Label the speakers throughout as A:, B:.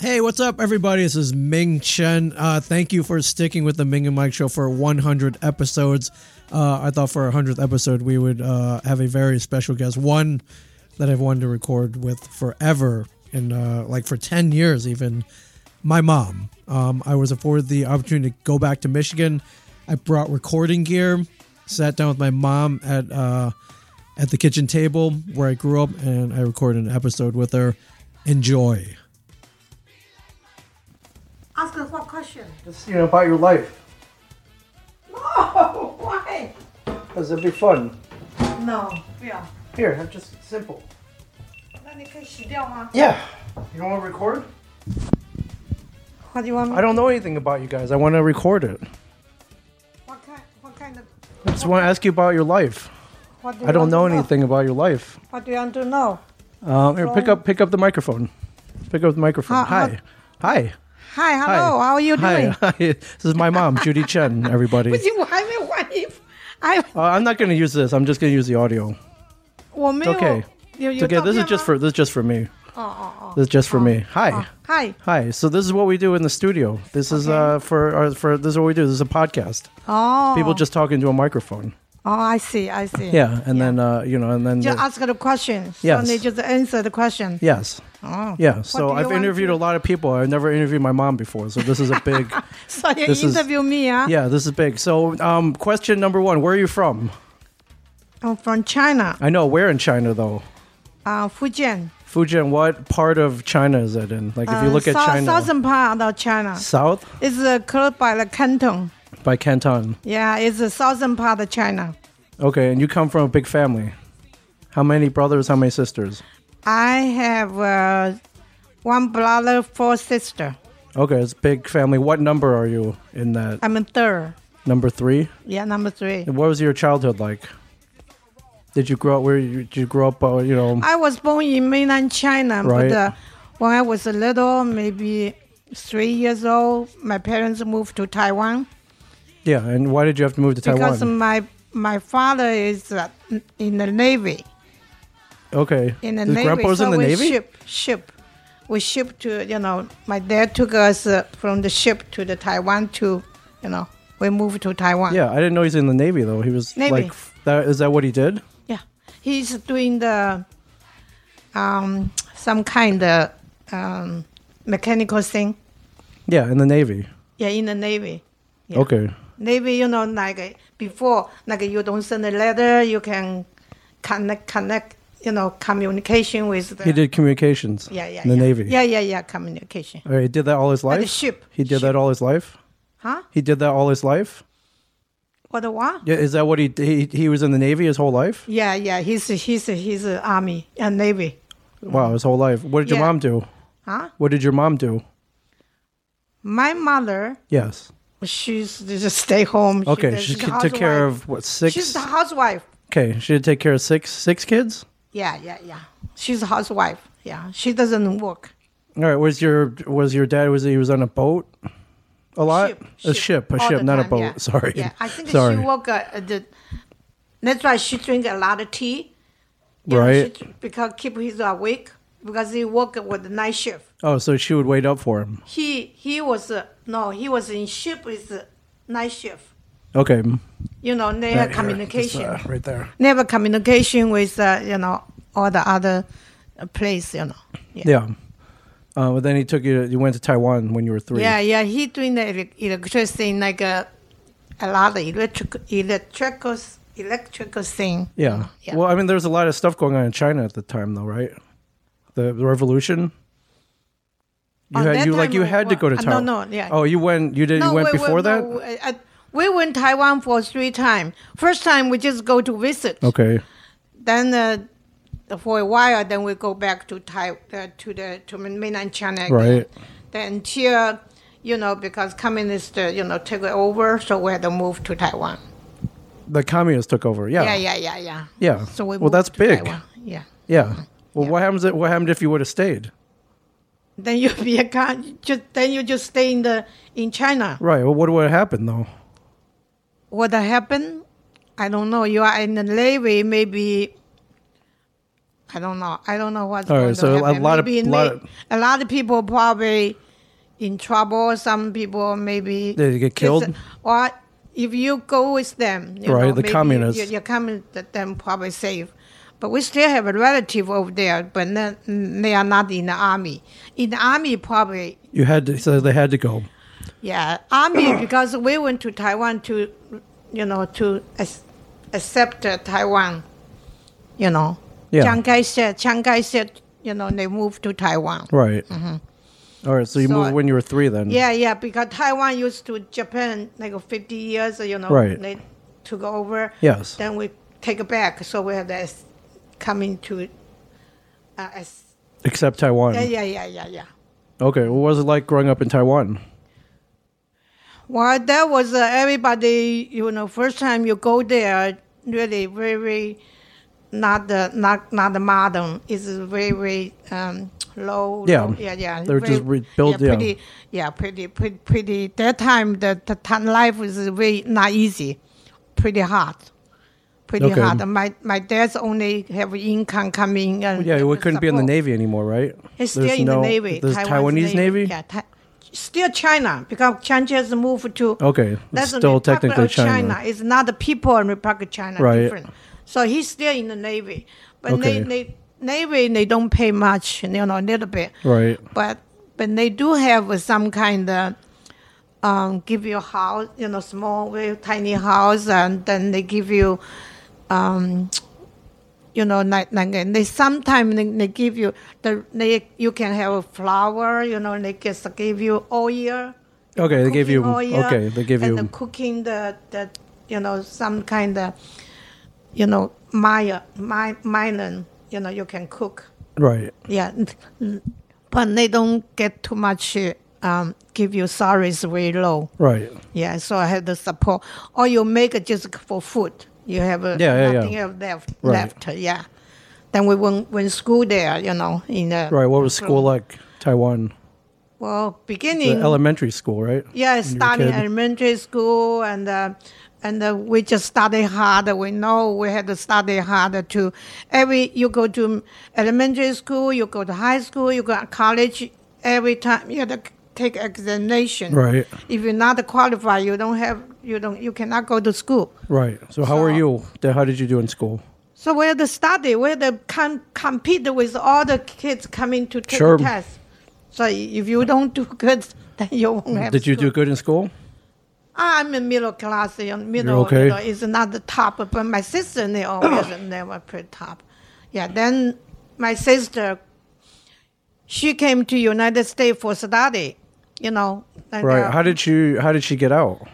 A: Hey, what's up, everybody? This is Ming Chen. Uh, thank you for sticking with the Ming and Mike show for 100 episodes. Uh, I thought for our 100th episode, we would uh, have a very special guest, one that I've wanted to record with forever, and uh, like for 10 years, even my mom. Um, I was afforded the opportunity to go back to Michigan. I brought recording gear, sat down with my mom at uh, at the kitchen table where I grew up, and I recorded an episode with her. Enjoy.
B: Ask us what question?
C: Just you know about your life,
B: No, why?
C: cause it'd be fun.
B: No, 不要。
C: Here, have just simple.
B: 那你可以洗掉吗
C: Yeah. You don't want to record?
B: What do you want?
C: I don't know anything about you guys. I want to record it.
B: What kind? What kind of?
C: I just want to ask you about your life.
B: What do you
C: I don't
B: want to
C: know anything about your life.
B: What do you want to know?
C: Um, here, pick up, pick up the microphone. Pick up the microphone.
B: Uh,
C: Hi.
B: what-
C: Hi.
B: Hi, hello. How are you
C: Hi.
B: doing?
C: Hi. This is my mom, Judy Chen. Everybody.
B: 不行，我还没完衣服。I
C: Uh, I'm not going to use this. I'm just going to use the audio.
B: 我没有。
C: okay.
B: 有有
C: To get- this is just for this is just for me.
B: Oh,
C: This is just for me. Hi.
B: Hi.
C: Hi. So this is what we do in the studio. This is uh, for our, for this is what we do. This is a podcast.
B: Oh.
C: People just talk into a microphone.
B: Oh, I see. I see.
C: Yeah, and then uh, you know, and then
B: Just
C: the-
B: ask the question.
C: Yes.
B: So they just answer the question.
C: yes,
B: Oh.
C: yeah. So
B: do you
C: I've
B: want
C: interviewed
B: to-
C: a lot of people. I've never interviewed my mom before, so this is a big.
B: So you
C: This is-
B: interview me, huh?
C: yeah, this is big. So um, question number one: Where are you from?
B: I'm Oh, from China,
C: I know where in China though.
B: uh, Fujian.
C: Fujian. What part of China is it in? Like if you
B: Uh,
C: look at
B: sou-
C: China,
B: Southern part of China.
C: south
B: It's uh, close by the Canton.
C: by Canton.
B: Yeah, it's the southern part of China.
C: Okay, and you come from a big family. How many brothers? How many sisters?
B: I have uh, one brother, four sister.
C: Okay, it's a big family. What number are you in that?
B: I'm a third.
C: Number three.
B: Yeah, number three.
C: And what was your childhood like? Did you grow up where you, did you grow up? Uh, you know,
B: I was born in mainland China,
C: Right.
B: but uh, when I was little, maybe three years old, my parents moved to Taiwan
C: yeah. And why did you have to move to
B: because
C: Taiwan?
B: my my father is uh, in the navy.
C: Okay.
B: in the
C: His
B: navy.
C: grandpa was
B: so
C: in the
B: we
C: navy.
B: Ship, ship. We shipped to you know. My dad took us uh, from the ship to the Taiwan to, you know, we moved to Taiwan.
C: Yeah, I didn't know he's in the navy though. He was
B: Navy.
C: like, f- that, is that what he did?
B: Yeah. He's doing the, um, some kind of um, mechanical thing.
C: Yeah, in the navy.
B: Yeah, in the navy. Yeah.
C: Okay.
B: Navy, you know, like uh, before, like you don't send a letter, you can connect, connect, you know, communication with the.
C: He did communications.
B: Yeah, yeah,
C: In the
B: yeah.
C: navy.
B: Yeah, yeah, yeah, communication.
C: All right, he did that all his life.
B: the ship.
C: He did that all his life.
B: Huh?
C: He did that all his life.
B: What the what?
C: Yeah, is that what he d- he, he was in the navy his whole life?
B: Yeah, yeah, he's he's he's uh, army and navy.
C: Wow, his whole life. What did your
B: Yeah.
C: mom do?
B: Huh?
C: What did your mom do?
B: My mother,
C: Yes.
B: she's just stay home.
C: Okay,
B: does-
C: she,
B: she's a
C: took care
B: housewife.
C: of what six?
B: She's the housewife.
C: Okay, she did take care of six six kids.
B: Yeah, yeah, yeah. She's a housewife. Yeah, she doesn't work.
C: All right, was your was your dad was he was on a boat a lot?
B: Ship,
C: a ship, a
B: all
C: ship,
B: the
C: not a
B: time,
C: boat.
B: yeah.
C: Sorry.
B: Yeah, I think
C: Sorry.
B: she work. Uh, uh, the, that's why she drink a lot of tea. You know,
C: Right.
B: she- because keep him awake because he work with the night shift.
C: oh, so she would wait up for him.
B: He he was uh, no he was in ship with uh, night shift.
C: Okay.
B: You know, they
C: Right
B: have
C: here,
B: communication.
C: just, uh, right there.
B: never communication with uh, you know all the other uh, place you know yeah
C: Yeah. Uh, but then he took you. You went to Taiwan when you were three.
B: yeah, yeah, he doing the elec- electricity like a, a lot of electric electrical s- electrical thing
C: Yeah.
B: yeah
C: Well, I mean, there was a lot of stuff going on in China at the time, though, right? The the revolution. You
B: At
C: had
B: that
C: you like
B: time,
C: you had to
B: well,
C: go to
B: uh, no,
C: Taiwan.
B: no, yeah.
C: Oh, you went. You did.
B: No,
C: you went
B: we- we-
C: before
B: we-
C: that.
B: we, uh, we went Taiwan for three times first time we just go to visit
C: okay.
B: then uh, for a while then we go back to Tai uh, to the to mainland China again.
C: Right.
B: then until you know because communists uh, you know took it over so we had to move to Taiwan
C: The communists took over. Yeah.
B: yeah yeah yeah yeah
C: Yeah.
B: so we
C: Well,
B: moved
C: that's
B: to
C: big.
B: Taiwan. yeah
C: Yeah. Well, what happens? What happened if you would have stayed?
B: then you be a con- just then you just stay in the in China
C: Right. Well, what would have happened though?
B: what happened I don't know you are in the navy maybe I don't know. I don't know what's
C: All right,
B: going
C: so a
B: to happen.
C: lot of-
B: maybe
C: lot
B: may-
C: of-
B: a lot of people probably in trouble. Some people maybe
C: They get killed?
B: Or if you go with them, you
C: Right,
B: know,
C: the
B: maybe
C: communists.
B: You, you're coming that them probably safe. But we still have a relative over there, but then they are not in the army. In the army, probably
C: You had to, so they had to go.
B: yeah, army because we went to Taiwan to, you know, to ac- accept uh, Taiwan. You know,
C: Yeah.
B: Chiang Kai said. Chiang Kai said, you know, they moved to Taiwan.
C: Right. All right. So you
B: Mm-hmm. So
C: moved
B: I-
C: when you were three, then.
B: Yeah, yeah, because Taiwan used to Japan like fifty years. You know,
C: Right.
B: they took over.
C: Yes.
B: Then we take it back, so we had to ac- come into. Uh, ac-
C: Except Taiwan.
B: yeah, yeah, yeah, yeah, yeah.
C: Okay. What was it like growing up in Taiwan?
B: Well, that was uh, everybody. You know, first time you go there, really very not the not not the modern. It's very um, low.
C: Yeah.
B: low- yeah, yeah.
C: They're
B: very-
C: just rebuilt, yeah.
B: pretty, yeah, pretty, pretty, pretty. That time the the time life was very not easy, pretty hard, pretty
C: Okay.
B: hard. My my dad's only have income coming. And
C: Yeah, we couldn't be in the
B: support.
C: Navy anymore, right?
B: It's still
C: There's
B: in
C: no-
B: the Navy.
C: There's
B: Taiwan's
C: Taiwanese Navy.
B: Yeah, Ti- still China because China has moved to.
C: Okay. it's
B: That's
C: still
B: Republic
C: technically
B: of
C: China.
B: It's not the people in Republic of China
C: Right.
B: different. So he's still in the navy, but
C: Okay.
B: they, they navy they don't pay much, you know, a little bit.
C: Right.
B: But but they do have some kind of um, give you a house, you know, small, very tiny house, and then they give you, um, you know, like, like and they sometimes they, they give you the they you can have a flower, you know, they just give you all year
C: Okay. They gave you.
B: cooking oil
C: Okay. They gave
B: and
C: you.
B: the cooking the, the you know some kind of you know Maya my mylan you know you can cook
C: Right.
B: yeah Mm. but they don't get too much uh, um, give you salaries very low
C: Right.
B: yeah so I had the support or you make it just for food you have uh,
C: Yeah, yeah, yeah.
B: nothing else left
C: Right.
B: left yeah then we went went school there you know in the
C: Right. What was school like? Taiwan.
B: well
C: The
B: beginning
C: elementary school, right?
B: Yeah,
C: you were a
B: starting
C: kid.
B: elementary school and uh, and uh, we just study hard. We know we had to study hard to every you go to elementary school, you go to high school, you go to college. Every time you have to take examination.
C: Right.
B: If you're not qualified, you don't have you don't you cannot go to school.
C: Right. So how were you? Then How did you do in school?
B: So we had to study. We had to com- compete with all the kids coming to take
C: Sure.
B: tests. So if you don't do good, then you won't have.
C: Mm, Did you
B: school.
C: do good in school?
B: I'm a middle class, you know, middle,
C: okay?
B: you know, is not the top, but my sister they always never pretty top. Yeah, then my sister, she came to United States for study, you know. and,
C: Right.
B: uh,
C: How did you? How did she get out?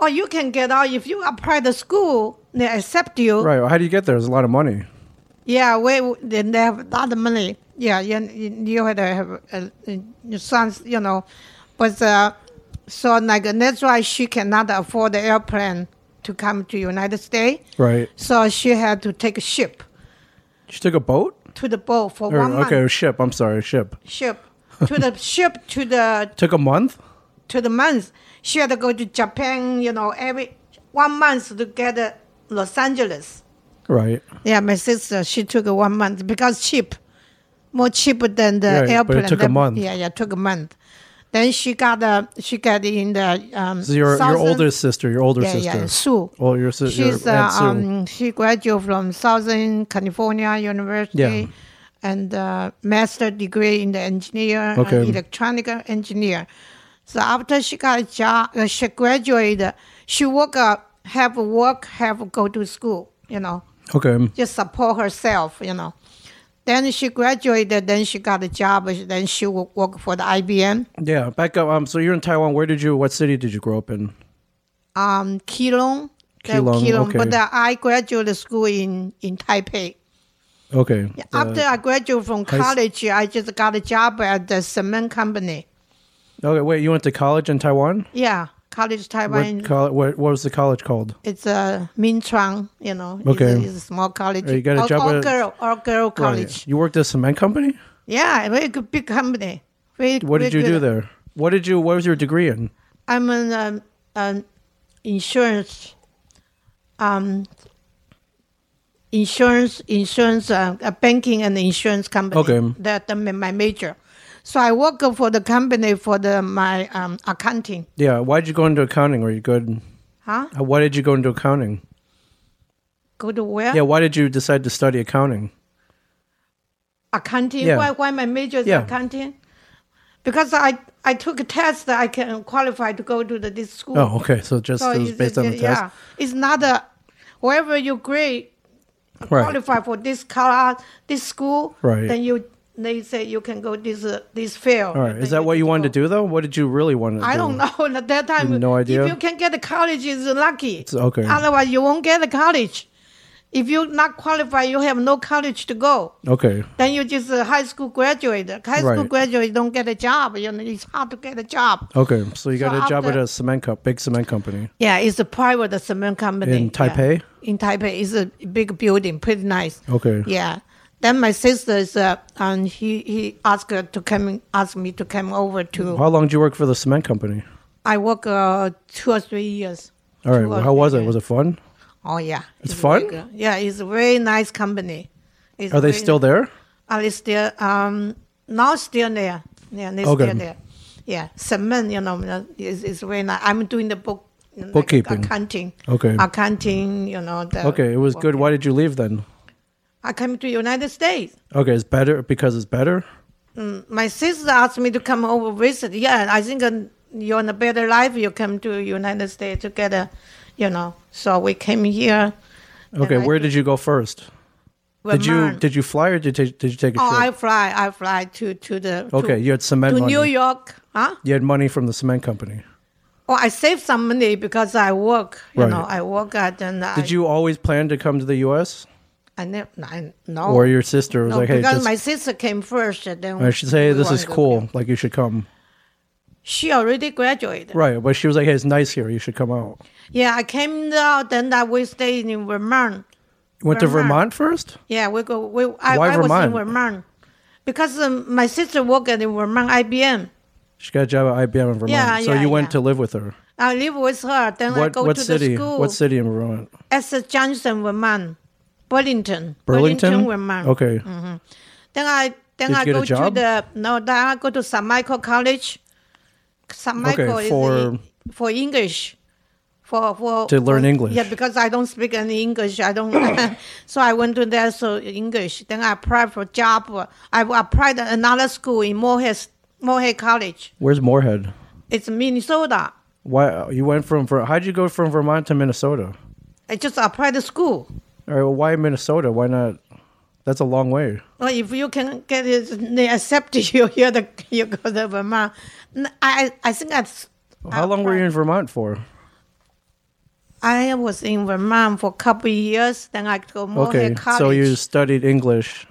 B: oh, you can get out if you apply the school, they accept you.
C: Right. How do you get there? There's a lot of money.
B: Yeah, we then they have a lot of money. Yeah, you you had to have uh, uh, your sons, you know, but uh, so like that's why she cannot afford the airplane to come to United States.
C: Right.
B: So she had to take a ship
C: She took a boat.
B: to the boat for
C: Or,
B: one month.
C: Er, okay, ship. I'm sorry, ship.
B: Ship to the ship to the
C: Took a month.
B: to the month. She had to go to Japan, you know, every one month to get to Los Angeles.
C: Right.
B: Yeah, my sister, she took it one month because cheap, more cheaper than the
C: Yeah, but it
B: airplane.
C: took a
B: Then-
C: month.
B: Yeah, yeah, took a month. Then she got uh, she got in the um.
C: So your your
B: Southern-
C: older sister. Your older
B: Yeah,
C: sister.
B: yeah, Sue.
C: Oh, your sister.
B: She's
C: Your
B: uh,
C: Aunt Sue.
B: um she graduated from Southern California University, and uh, master degree in the engineer, uh,
C: Okay.
B: electronic engineer. So after she got a job, uh, she graduated. She work up, have work, have go to school. You know
C: okay.
B: just support herself, you know. Then she graduated, then she got a job, then she wo- worked for the IBM,
C: Yeah. Back up. Um. So you're in Taiwan. Where did you? What city did you grow up in?
B: um, Keelung. the
C: Keelung, okay.
B: But uh, I graduated school in, in Taipei.
C: Okay.
B: Yeah, After I graduated from college, I just got a job at the cement company.
C: Okay. Wait. You went to college in Taiwan.
B: Yeah, college Taiwan.
C: What, col- what, what was the college called?
B: it's a Min Chuang, you know. it's a-
C: Okay.
B: It's a, small college.
C: Oh, you got a
B: all,
C: job
B: all
C: at-
B: girl, all girl college.
C: Right. You worked at a cement company.
B: Yeah, a very good, big company. Very,
C: What did
B: very
C: you do
B: good.
C: there? What did you? What was your degree in?
B: I'm an um, um, insurance um, insurance, insurance, uh, uh, banking and insurance company.
C: Okay.
B: That uh, my my major. So I work for the company for the my um, accounting.
C: Yeah. Why did you go into accounting? Were you good?
B: Huh?
C: uh, Why did you go into accounting?
B: Go to where?
C: Yeah. Why did you decide to study accounting?
B: accounting.
C: Yeah.
B: Why, why my major is
C: Yeah.
B: accounting? Because I, I took a test that I can qualify to go to the, this school.
C: Oh, okay. So just it was
B: it's-
C: based on the
B: it's-
C: test.
B: Yeah, it's not a wherever you grade
C: Right.
B: qualify for this class, this school.
C: Right.
B: Then you they say you can go this uh, this field.
C: All right. Is that what you wanted to do though? What did you really want to
B: I
C: do?
B: don't know. At that time,
C: No idea?
B: If you can get a college, is lucky. It's
C: okay.
B: Otherwise, you won't get a college. If you not qualify, you have no college to go.
C: Okay.
B: Then you just a high school graduate. High school
C: Right.
B: graduate don't get a job. You know, it's hard to get a job.
C: Okay. So you
B: So
C: got a job at
B: after-
C: a cement co- big cement company.
B: Yeah, it's a private cement company
C: In
B: yeah.
C: Taipei?
B: In Taipei, it's a big building, pretty nice.
C: Okay.
B: Yeah. Then my sister is, uh, and he he asked her to come, asked me to come over to.
C: How long did you work for the cement company?
B: I work uh, two or three years.
C: All right.
B: Two or
C: how was
B: three
C: it?
B: years.
C: Was it fun?
B: Oh yeah, it's,
C: fun?
B: very good. yeah, it's a very nice company. It's
C: Are they
B: very-
C: still there?
B: Are they still um now still there? Yeah, they
C: Okay.
B: still there. Yeah, cement. You know, is is very nice. I'm doing the book like
C: Bookkeeping.
B: accounting.
C: Okay.
B: accounting. You know. The
C: Okay. It was
B: work.
C: good. Why did you leave then?
B: I came to United States.
C: Okay. It's better because it's better.
B: My sister asked me to come over visit. Yeah, I think uh, you're on a better life. You come to United States to get a, you know. So we came here. and
C: Okay.
B: I
C: Where did you go first? Did you
B: Vermont.
C: did you fly or did you take, did you take a
B: Oh, I
C: ship?
B: fly. I fly to to the. to-
C: okay. You had cement
B: to
C: money.
B: New York, huh?
C: You had money from the cement company.
B: Oh, I save some money because I work. You
C: Right.
B: know, I work at and I.
C: Did you always plan to come to the U.S.
B: I never. I, no.
C: or your sister was
B: no,
C: like, "Hey,
B: Oh. because
C: just,
B: my sister came first. and Then
C: I should say
B: we
C: this is
B: wanted to-
C: cool. Like you should come."
B: She already graduated.
C: Right, but she was like, "Hey, it's nice here. You should come out."
B: Yeah, I came out. Then I we stayed in Vermont.
C: You went to Vermont
B: Vermont.
C: first.
B: Yeah, we go. We I,
C: Why
B: I was in
C: Vermont?
B: Vermont because um, my sister worked at in Vermont IBM.
C: She got a job at IBM in Vermont.
B: Yeah,
C: so
B: yeah,
C: you went
B: yeah.
C: to live with her.
B: I live with her. Then I
C: What
B: go
C: what
B: to
C: city?
B: the school.
C: What city in Vermont?
B: S. Johnson, Vermont, Burlington,
C: Burlington.
B: Vermont. Mm-hmm.
C: Okay.
B: Then I then
C: Did you
B: I
C: get a
B: go to
C: job?
B: the no. Then I go to St. Michael College. St. Michael is
C: for-
B: in- for English, for for
C: To learn
B: for-
C: English.
B: Yeah, because I don't speak any English. I don't. so I went to there so English. Then I applied for job. I applied at another school in Morehead Morehead College.
C: Where's Moorhead?
B: It's Minnesota.
C: Why you went from? Ver- How'd you go from Vermont to Minnesota?
B: I just applied to school.
C: All right. Well, why Minnesota? Why not? That's a long way.
B: Well, if you can get it, they accept you here. The, you go to Vermont. N- I I think that's.
C: How long were you in Vermont for?
B: I was in Vermont for a couple of years. Then I go Morehead
C: Okay.
B: College.
C: So you studied English.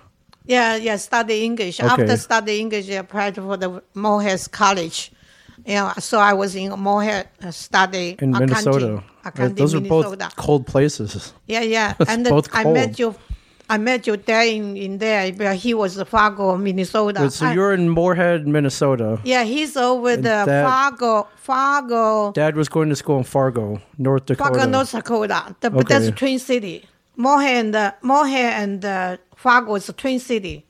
B: yeah, yeah, study English.
C: Okay.
B: After study English, I applied for the Morehead College. Yeah, so I was in Morehead uh, study
C: in
B: accounting-
C: Minnesota.
B: Accounting,
C: Those are
B: Minnesota.
C: both cold places.
B: Yeah, yeah.
C: It's
B: and then
C: both
B: I
C: cold.
B: met you. I met you there in, in there. But he was Fargo, Minnesota.
C: so
B: I-
C: you're in Moorhead, Minnesota.
B: yeah, he's over the
C: that-
B: Fargo, Fargo,
C: Dad was going to school in Fargo, North Dakota.
B: Fargo, North Dakota. The,
C: Okay.
B: But that's twin city. Morehead and uh, Morehead and uh, Fargo is a twin city.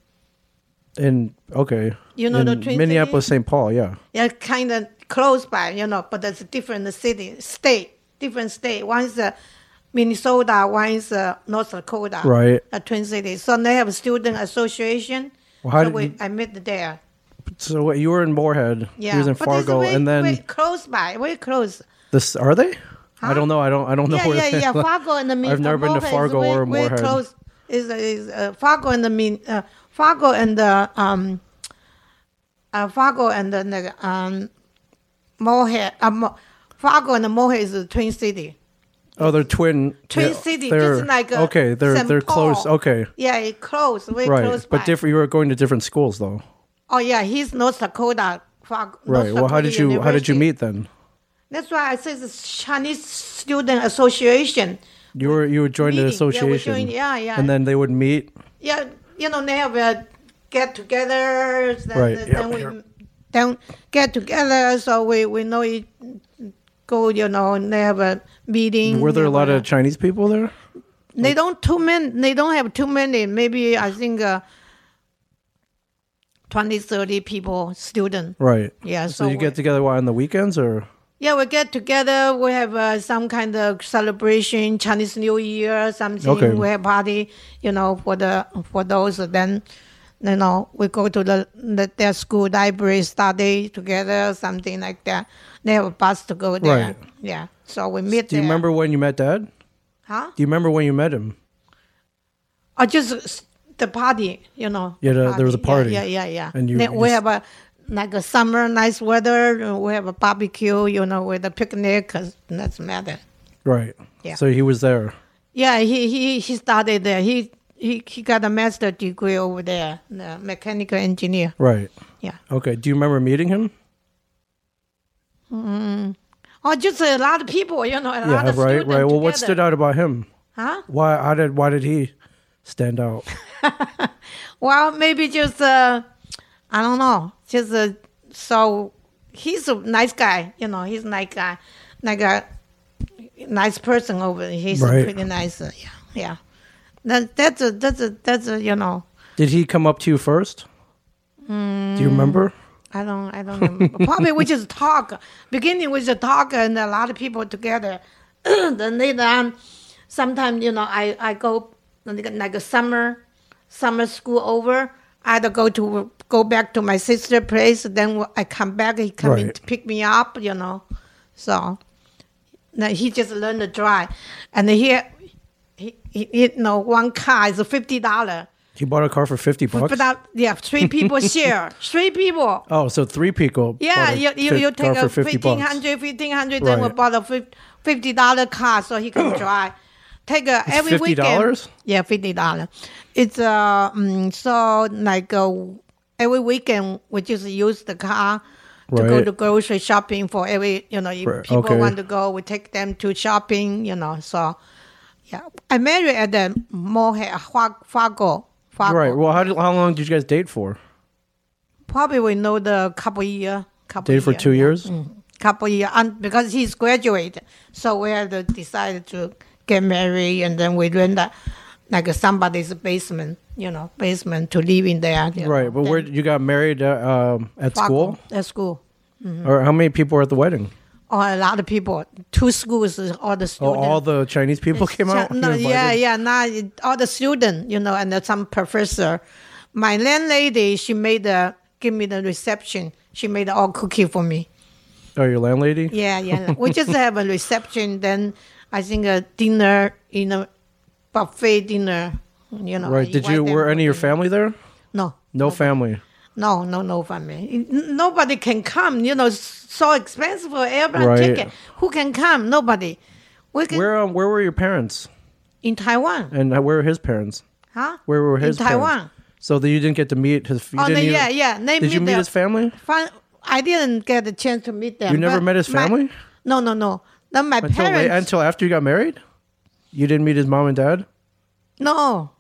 C: in okay.
B: You know
C: in
B: the Twin Cities?
C: Minneapolis, St. Paul. Yeah.
B: Yeah, kind of close by, you know, but that's a different city, state, different state. One is uh, Minnesota, one is uh, North Dakota.
C: Right.
B: A twin city. So they have a student association.
C: Well, how
B: so
C: did
B: we,
C: you-
B: I met there.
C: So what- you were in Moorhead.
B: Yeah.
C: He was in
B: but it's
C: Fargo,
B: way,
C: and then
B: way close by, way close.
C: this are they? I don't know. I don't. I don't know
B: Yeah,
C: where.
B: yeah,
C: they-
B: yeah. Fargo and the Min-
C: I've never been to
B: Moorhead is
C: Fargo
B: way,
C: or
B: way
C: Moorhead.
B: close. Is is uh, Fargo and the Min- uh, Fargo and the um, uh, Fargo and the那个, um, Moorhead, uh, Mo- Fargo and the Moorhead is a twin city.
C: Oh, they're twin.
B: Twin
C: yeah,
B: city,
C: they're-
B: just like uh,
C: okay. They're
B: Saint
C: they're close.
B: Paul.
C: Okay.
B: Yeah, it close, very
C: Right,
B: close.
C: but
B: by.
C: different. You were going to different schools though.
B: Oh yeah, he's North Dakota. Fargo, North
C: Right. Well, how
B: Dakota
C: did you how did you
B: University.
C: meet then?
B: That's why I say the Chinese Student Association.
C: You were you were joined an
B: Meeting. Yeah, we
C: association.
B: joined- yeah, yeah.
C: And then they would meet.
B: yeah, you know, they have a get together. Then,
C: Right,
B: Then,
C: yeah,
B: we
C: yeah.
B: then get together, so we, we know it. Go, you know, and they have a meeting.
C: Were there a lot
B: you
C: of Chinese people there?
B: know. They don't too many. They don't have too many. Maybe I think uh, 20, 30 people, student.
C: Right.
B: Yeah.
C: So,
B: So,
C: you
B: we-
C: get together what, on the weekends or?
B: yeah, we get together. We have uh, some kind of celebration, Chinese New Year, something.
C: Okay.
B: We have party, you know, for the for those. Then, you know, we go to the, the their school library, study together, something like that. They have a bus to go there.
C: Right.
B: Yeah. So we meet.
C: Do you
B: there.
C: remember when you met Dad?
B: Huh?
C: Do you remember when you met him?
B: I just s- the party, you know.
C: Yeah, the- there was a party.
B: Yeah, yeah, yeah. yeah.
C: And you-
B: Then
C: you
B: we
C: just-
B: have a like a summer, nice weather. uh, We have a barbecue, you know, with a picnic. Cause that's matter.
C: Right.
B: Yeah.
C: So he was there.
B: Yeah, he he he started there. He he he got a master degree over there, the mechanical engineer.
C: Right.
B: Yeah.
C: Okay. Do you remember meeting him?
B: Oh, just a lot of people, you know, a lot
C: yeah.
B: of
C: Right.
B: students
C: Right. Well, what
B: together.
C: stood out about him?
B: Huh?
C: Why? How did? Why did he stand out?
B: Well, maybe just uh, I don't know. Just uh, so he's a nice guy. You know, he's like a like a nice person over. there. He's
C: Right.
B: pretty nice. Uh, yeah, yeah. That, that's a that's a that's a you know.
C: Did he come up to you first?
B: Hmm.
C: Do you remember?
B: I don't I don't remember. probably we just talk. Beginning with the talk and a lot of people together. then later on, sometimes you know I I go like like a summer summer school over. I had to go to go back to my sister' place. Then I come back. He come in
C: Right.
B: to pick me up. You know, so now he just learned to drive, and here. He, he, you know, one car is fifty dollar.
C: He bought a car for fifty bucks.
B: But that, yeah, three people share. Three people.
C: oh, so three people.
B: Yeah,
C: bought a
B: you, you,
C: fit
B: you
C: car
B: take a
C: for 50
B: fifteen
C: bucks.
B: hundred, fifteen hundred, then we
C: Right.
B: bought a fif- fifty dollar car so he can drive. Take a every weekend.
C: $50?
B: Yeah, fifty dollar. It's uh mm, so like uh, every weekend we just use the car to go
C: Right.
B: to grocery shopping for every you know if
C: Right,
B: people
C: okay.
B: want to go we take them to shopping you know so yeah I married at the Moha Fargo Fargo
C: Right. Well, how did, how long did you guys date for?
B: probably we know the couple year couple
C: Dated for
B: year,
C: two
B: yeah.
C: years.
B: couple year and because he's graduated so we had to decide to get married and then we rent a, like somebody's basement you know basement to live in there you know.
C: Right. But where
B: Then
C: you got married uh, um, at
B: fuck
C: school?
B: at school Mm-hmm.
C: Or how many people were at the wedding?
B: or a lot of people two schools all
C: Oh,
B: the students
C: all the Chinese people came out.
B: No,
C: You
B: yeah,
C: invited-
B: yeah. Now it- all the student, you know, and then some professor. My landlady, she made the give me the reception. She made all cookie for me.
C: Oh, your landlady.
B: Yeah, yeah. we just have a reception, then I think a dinner, you know, buffet dinner. Oh, You know.
C: Right. Did
B: invite
C: you?
B: them
C: Were
B: for
C: any of your
B: dinner.
C: family there?
B: No,
C: No family.
B: no, no, no family. N- Nobody can come. You know, it's so expensive for airplane
C: Right.
B: ticket. Who can come? Nobody. We can
C: Where um, Where were your parents?
B: in Taiwan,
C: And uh, where were his parents?
B: huh?
C: Where were his
B: in Taiwan?
C: Parents? So that you didn't get to meet his. You
B: Oh,
C: didn't
B: no,
C: even-
B: yeah, yeah. They
C: Did you meet
B: their-
C: his family?
B: Fun, I didn't get a chance to meet them.
C: You never
B: but
C: met his
B: my-
C: family?
B: no, no, no. No, my
C: Until
B: parents.
C: late, until after you got married, you didn't meet his mom and dad.
B: no,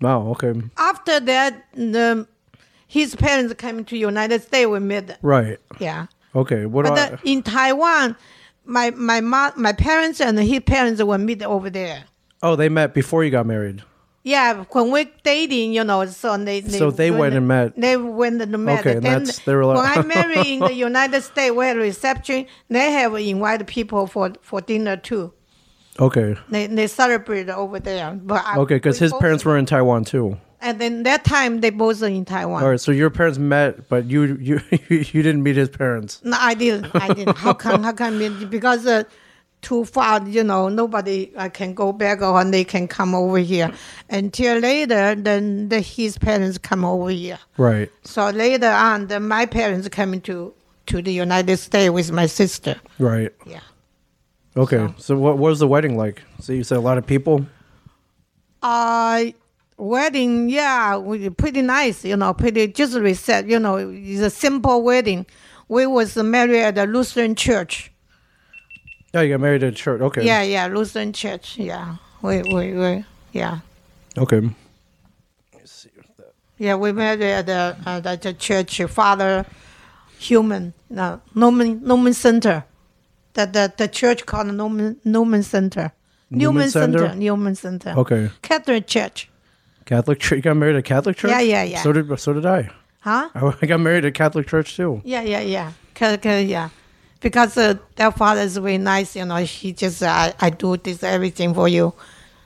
C: Wow. Okay.
B: after that, the, his parents came to United States. We met.
C: Right.
B: Yeah,
C: Okay. What
B: but
C: do
B: the, in Taiwan, my my ma, my parents and his parents will meet over there.
C: I? Oh, they met before you got married.
B: Yeah, when we're dating, you know, so they, they
C: So they went and met.
B: They went and met.
C: Okay, and
B: Then
C: that's- they were like-
B: when I married in the United States, we had a reception. They have invited people for for dinner too.
C: Okay.
B: They they celebrated over there. But I,
C: Okay, because
B: we
C: his
B: both-
C: parents were in Taiwan too.
B: and then that time they both are in Taiwan.
C: All right, so your parents met, but you you you didn't meet his parents.
B: No, I didn't. I didn't. How come? How come? It- Because uh, too far, you know, nobody I can go back or they can come over here. Until later, then the, his parents come over here.
C: Right.
B: So later on, then my parents coming to to the United States with my sister.
C: Right.
B: Yeah.
C: Okay. So, what, what was the wedding like? So you said a lot of people.
B: Uh wedding, yeah, we, pretty nice, you know, pretty just reset, you know, it's a simple wedding. We was married at the Lutheran church.
C: Oh, you got married at church. Okay.
B: Yeah, yeah, Lutheran church. Yeah, we we we yeah.
C: Okay.
B: Yeah, we met at the, uh, the, the church, Father Human, uh, no, Norman, Norman Center. The, the, the church called Norman, Norman Center. Newman Center.
C: Center?
B: Newman Center.
C: Okay.
B: Catholic Church.
C: Catholic church. You got married at a Catholic church?
B: Yeah, yeah, yeah.
C: So did so did I.
B: Huh?
C: I got married at a Catholic church too.
B: Yeah, yeah, yeah. Cause, 'cause, yeah. Because uh, their father is very nice, you know. He just, uh, I do this everything for you.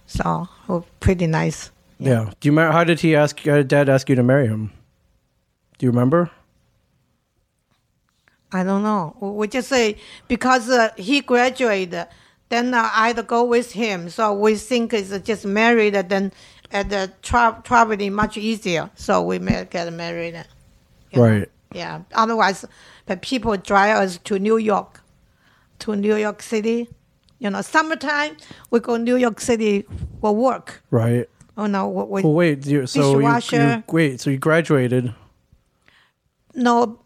B: So, oh, pretty nice.
C: Yeah. Do you remember how did he ask? How did Dad ask you to marry him? Do you remember?
B: I don't know. We- We just say because uh, he graduated, then uh, I'd go with him. So we think it's just married, and then at the tra- traveling much easier. So we may get married. you know.
C: Right.
B: Yeah. Otherwise, but people drive us to New York, to New York City. You know, summertime we go New York City for work.
C: Right.
B: Oh no, we, we
C: Well, wait. You, so you, you
B: Dishwasher.
C: wait. So you graduated.
B: no,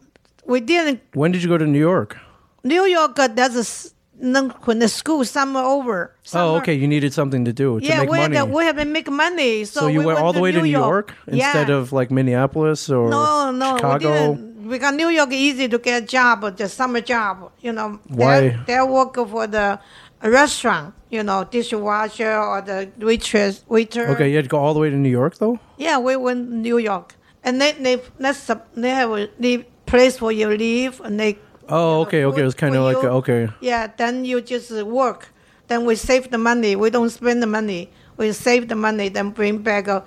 B: we didn't
C: When did you go to New York?
B: New York uh, does a s- no- when the school summer over.
C: Oh,
B: summer-
C: okay. You needed something to do to
B: Yeah,
C: make
B: we
C: money.
B: had, we have been making money. So,
C: so, you
B: we
C: went, all the way to New York, instead
B: Yeah.
C: of like Minneapolis or
B: no, no, we
C: Chicago.
B: didn't. Because New York easy to get a job, uh, the summer job. You know,
C: Why?
B: They work for the restaurant. You know, dishwasher or the waitress, waiter.
C: Okay, you had to go all the way to New York though.
B: Yeah, we went to New York, and they they that's a, they have a leave, place where you live, and they.
C: Oh, okay, okay. It was kind of like
B: you,
C: okay.
B: Yeah, then you just work. Then we save the money. We don't spend the money. We save the money, then bring back, uh,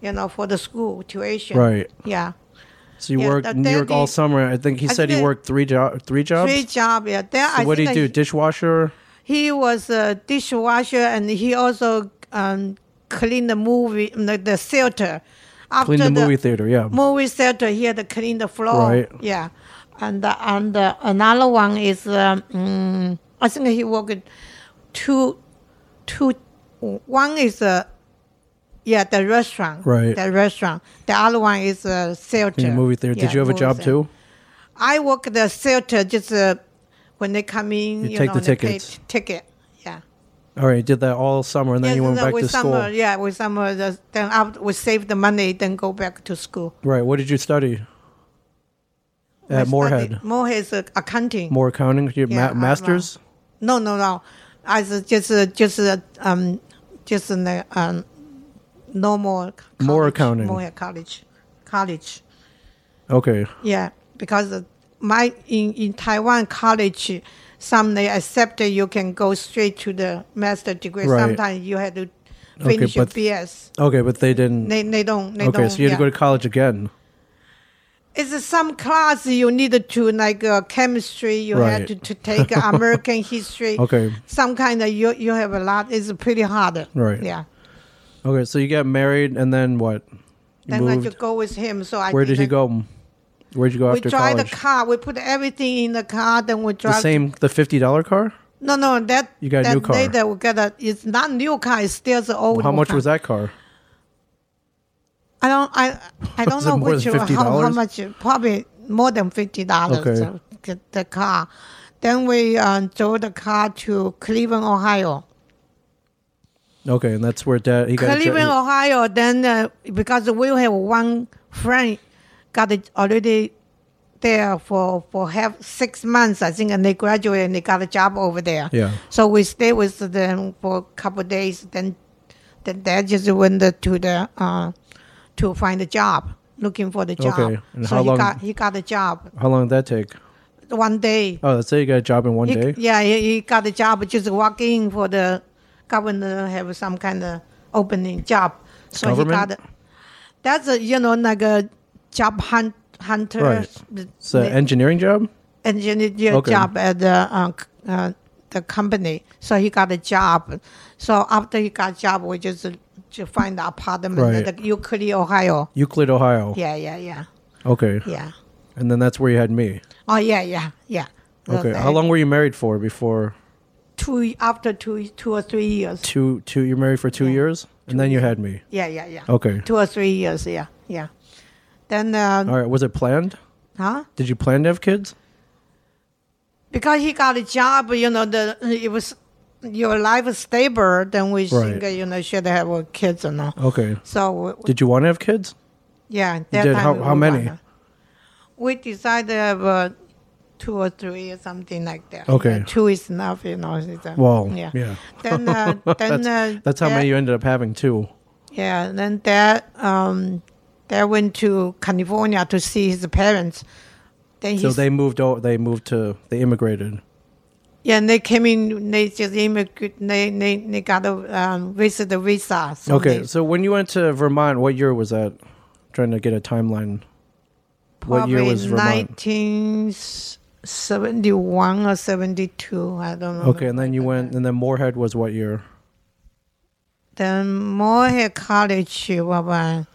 B: you know, for the school tuition.
C: Right.
B: Yeah.
C: So you
B: Yeah,
C: worked
B: that
C: in New York all
B: daddy-
C: summer. I think he
B: I
C: said he
B: think-
C: worked three job three jobs.
B: Free job. Yeah. Then
C: So
B: I
C: what did
B: think
C: he do?
B: that
C: Dishwasher.
B: He was a dishwasher, and he also um, cleaned the movie, the, the theater. After
C: Clean the movie theater. Yeah.
B: movie theater here to clean the floor.
C: Right.
B: Yeah, and uh, and uh, another one is um, mm, I think he worked two, two, one is uh, yeah the restaurant.
C: Right.
B: The restaurant. The other one is uh, theater.
C: In the movie theater.
B: Yeah,
C: Did you have a
B: movie
C: job
B: theater.
C: too?
B: I work the theater just uh, when they come in.
C: You
B: You,
C: take the
B: know, they pay
C: tickets.
B: t- ticket. Yeah.
C: All right, did that all summer, and then
B: yeah,
C: you went
B: so
C: back
B: we
C: to school.
B: summer, Yeah, we summer. the- Then after we save the money, then go back to school.
C: Right. What did you study?
B: I
C: At
B: studied-
C: Moorhead.
B: Moorhead's uh, accounting.
C: More accounting. Your
B: Yeah,
C: ma-
B: I'm, uh,
C: masters.
B: No, no, no. I was just uh, just uh, um just in the um normal college,
C: More accounting.
B: more college college
C: Okay.
B: yeah because uh, my in in Taiwan college some they accept that you can go straight to the master degree
C: Right.
B: sometimes you have to finish your
C: but-
B: BS
C: Okay, but they didn't.
B: they they don't they
C: okay,
B: don't
C: so you had
B: yeah.
C: to go to college again.
B: it's uh, some class you needed to like uh, chemistry you
C: Right.
B: had to, to take American history
C: Okay.
B: some kind of you you have a lot it's pretty hard
C: Right.
B: yeah
C: Okay, so you got married, and then what? You
B: Then I
C: moved.
B: just go with him. So I
C: Where did he
B: didn't-
C: go? Where'd you go
B: We
C: after
B: drive
C: college?
B: the car. We put everything in the car. Then we
C: The
B: drive.
C: same, the fifty dollar car.
B: No, no, that
C: You got a
B: that
C: new car.
B: day that we got a. It's not new car. It's still the old.
C: How much
B: car.
C: was that car?
B: I don't. I I don't
C: Was it
B: know
C: more
B: which
C: than
B: one, how, how
C: $50?
B: much. Probably more than fifty dollars.
C: Okay.
B: to Get the car. Then we um, drove the car to Cleveland, Ohio.
C: Okay, and that's where dad he got. a
B: Cleveland,
C: job.
B: Ohio. Then uh, because we have one friend got it already there for for have six months, I think, and they graduated and they got a job over there.
C: Yeah.
B: So we stayed with them for a couple of days. Then then they just went to the uh, to find a job, looking for the job.
C: Okay, and
B: so
C: how
B: he
C: long-
B: got he got a job
C: How long did that take?
B: one day.
C: Oh, let's say you got a job in one
B: He-
C: day.
B: yeah, he, he got a job just walking for the governor have some kind of opening job. So he
C: Government?
B: got a- that's a you know like a job hunt hunter
C: Right.
B: the-
C: It's an
B: the
C: engineering job.
B: engineer
C: Okay.
B: job at the uh, c- uh, the company. So he got a job. So after he got job, we just to find the apartment
C: Right.
B: in the Euclid, Ohio.
C: Euclid, Ohio.
B: Yeah, yeah, yeah,
C: Okay,
B: yeah.
C: and then that's where you had me.
B: Oh yeah, yeah, yeah.
C: Okay,
B: So
C: how long were you married for before
B: Two after two, two or three years.
C: two two? You're married for two years, and then you had me.
B: Yeah, yeah, yeah.
C: Okay.
B: Two or three years, yeah, yeah. Then, uh,
C: All right. Was it planned?
B: huh?
C: Did you plan to have kids?
B: Because he got a job, you know, the it was your life is stable. Then we
C: Right.
B: think uh, you know should have uh, kids or not.
C: Okay.
B: So we,
C: Did you want to have kids?
B: yeah, that
C: did
B: time
C: how-
B: we
C: how many?
B: wanna- We decided to have uh, two or three or something like that.
C: Okay.
B: Uh, two is enough, you know. It's a,
C: Well,
B: yeah.
C: yeah.
B: Then, uh, then uh,
C: That's how
B: that-
C: many you ended up having too.
B: Yeah, and then that um, that went to California to see his parents. Then
C: So
B: he's-
C: they moved. o they moved to. They immigrated.
B: yeah, and they came in. They just immigrate. They they, they got a um, visit the visa. so
C: Okay.
B: they
C: So when you went to Vermont, what year was that? trying to get a timeline. What year
B: probably
C: was Vermont?
B: 1971 or 72. I don't know.
C: Okay, and then you went, and then Moorhead was what year?
B: Then Moorhead College was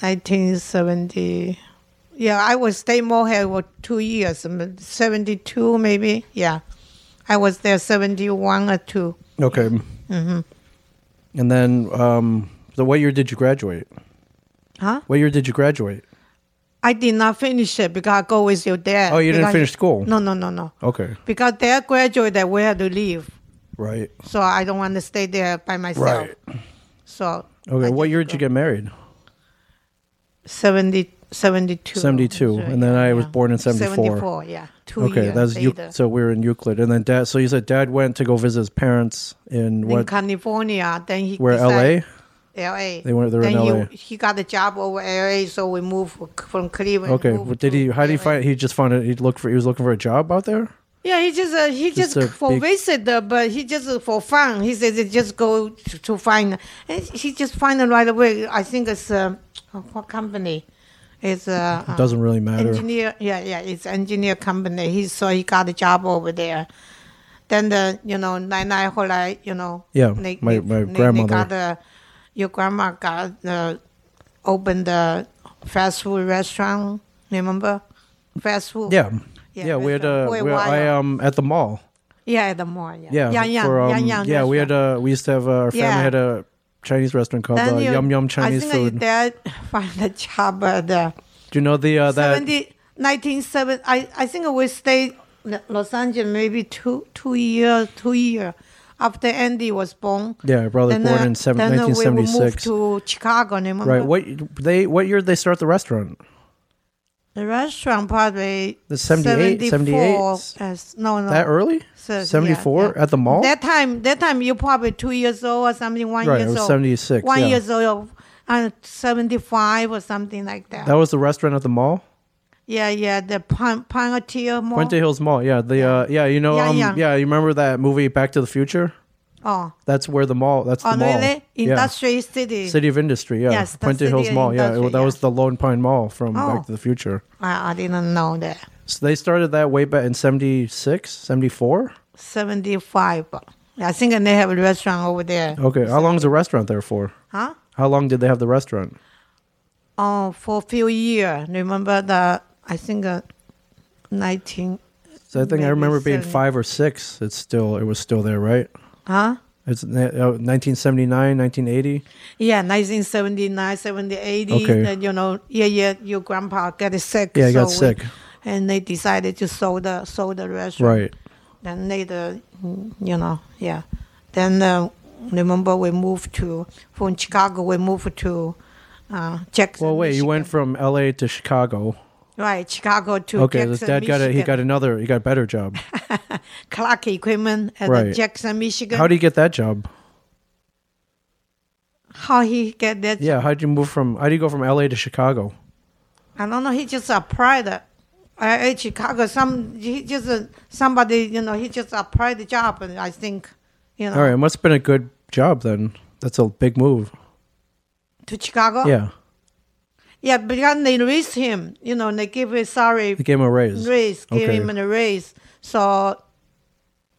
B: 1970. Yeah, I was stay Moorhead for two years, um, 72 maybe. Yeah, I was there 71 or two.
C: Okay. Mm-hmm. And then, um, so what year did you graduate?
B: Huh?
C: What year did you graduate?
B: I did not finish it because I go with your dad.
C: Oh, you didn't
B: because-
C: finish school?
B: No, no, no, no.
C: Okay.
B: Because dad graduated, we had to leave.
C: Right.
B: So I don't want to stay there by myself. So
C: Okay.
B: I
C: what
B: did
C: year did you
B: go.
C: get married?
B: 70, 72.
C: 72, and then I was born in 74.
B: 74, yeah. Two
C: Okay,
B: years
C: that's
B: later.
C: Euc- so we were in Euclid, and then dad. So you said dad went to go visit his parents in
B: in
C: what?
B: California, then he
C: Where L.A.
B: decided- LA.
C: They were- they were
B: then
C: in
B: he,
C: LA.
B: He got a job over LA, so we moved from Cleveland.
C: Okay.
B: moved
C: Did he?
B: to
C: How did he
B: LA.
C: find? He just found it. He looked for. He was looking for a job out there.
B: Yeah, he just uh, he
C: Just
B: just,
C: a
B: for
C: big-
B: visit, uh, but he just uh, for fun. He says he just go to, to find. And he just find it right away. I think it's uh, what company? It's uh, uh,
C: Doesn't really matter.
B: engineer yeah yeah it's engineer company he so he got a job over there then the you know nine nine whole you know
C: Yeah, my- my grandmother.
B: got the, your grandma got the opened the fast food restaurant remember fast food
C: Yeah. Yeah,
B: Yeah,
C: we had uh,
B: restaurant. Boy,
C: we, I
B: wild.
C: um at the mall.
B: yeah the mall yeah
C: Yeah,
B: yeah
C: for, um,
B: yeah, yeah,
C: yeah, we had uh, we used to have uh, our family
B: Yeah.
C: had a Chinese restaurant called
B: Then
C: uh,
B: you-
C: Yum Yum Chinese
B: I think
C: Food.
B: Dad find a job at the
C: Do you know the uh, that?
B: 70, 1970 I, I think we stayed in Los Angeles maybe two two year two year after Andy was born.
C: Yeah, probably born in seven-
B: then, uh, we will
C: 1976.
B: moved to Chicago. Remember?
C: Right. What they what year did they start the restaurant?
B: The restaurant probably
C: The 78,
B: 74,
C: 78?
B: Yes, no, no.
C: That early?
B: Uh, So, yeah,
C: Seventy four
B: yeah.
C: at the mall.
B: That time, that time you probably two years old or something, one
C: Right,
B: years
C: I was
B: old.
C: 76,
B: One
C: yeah.
B: years old, and 75 or something like that.
C: that was the restaurant at the mall,
B: yeah, yeah, the Pon- Pontier Mall.
C: Puente Hills Mall. Yeah, the uh, yeah, you know,
B: Yeah,
C: um,
B: yeah.
C: yeah, you remember that movie Back to the Future?
B: Oh,
C: That's where the mall. That's
B: oh
C: the mall.
B: really?
C: Yeah.
B: Industrial City.
C: City of Industry. Yeah,
B: Yes, the
C: Puente
B: City
C: Hills
B: of
C: Mall. Yeah, it,
B: Industry,
C: that
B: yeah.
C: was the Lone Pine Mall from
B: Oh.
C: Back to the Future.
B: I, I didn't know that.
C: So they started that way back in 76, 74?
B: 75. I think they have a restaurant over there.
C: Okay, how long is the restaurant there for?
B: Huh?
C: How long did they have the restaurant?
B: Oh, for a few years. Remember the, I think, uh, 19,
C: So I think I
B: Maybe
C: remember being
B: seven-
C: five or six. It's still it was still there, right?
B: huh?
C: It's uh, 1979, 1980.
B: Yeah, 1979, 70, 80.
C: Okay.
B: Then, you know, yeah, yeah, your grandpa got sick.
C: Yeah, he got
B: we-
C: sick.
B: and they decided to sold the, sold the restaurant.
C: Right.
B: Then later, mm, you know, yeah. Then uh, remember we moved to, from Chicago, we moved to uh, Jackson.
C: Well, Oh, wait, you went
B: Michigan.
C: from L.A. to Chicago.
B: Right, Chicago to
C: Okay,
B: Jackson,
C: his dad got a, he got another he got a better job.
B: Clark Equipment at the
C: Right.
B: Jackson, Michigan.
C: How do you get that job?
B: How he get that?
C: Yeah, how'd you move from how do you go from L.A. to Chicago?
B: I don't know. He just applied uh, at Chicago. Some he just uh, somebody you know he just applied the job. And I think you know
C: All right, it must have been a good job then. That's a big move.
B: to Chicago.
C: Yeah,
B: yeah. Because they raised him, you know, they give him salary
C: they gave him a raise.
B: raise, give
C: Okay.
B: him a raise. So,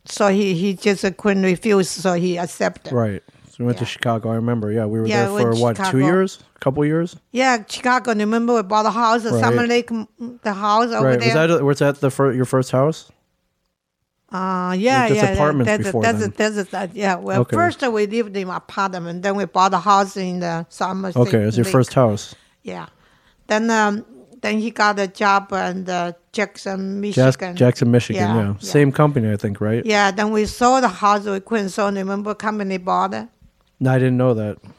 B: so he he just uh, couldn't refuse. So he accepted.
C: Right. So we went to
B: Yeah.
C: Chicago. I remember. Yeah, we were
B: Yeah,
C: there
B: we
C: for
B: went to
C: what two
B: Chicago.
C: years? A couple years?
B: Yeah, Chicago. Remember we bought a house, a
C: Right.
B: Summer Lake, mm, the house over
C: right. Was
B: there.
C: that was that the fir- your first house?
B: Uh, yeah,
C: Just
B: yeah.
C: apartments
B: that's,
C: before
B: that's,
C: then.
B: That's, that's- yeah. Well,
C: Okay.
B: first uh, we lived in apartment, then we bought a house in the summer.
C: Okay, it was your
B: Lake.
C: first house.
B: Yeah. Then um, then he got a job in uh, Jackson,
C: Jas-
B: Michigan.
C: Jackson, Michigan. Yeah,
B: Yeah, yeah.
C: Same company, I think, right?
B: Yeah. Then we sold the house. We couldn't sell. Remember, company bought it.
C: No, I didn't know that.
B: Uh-huh.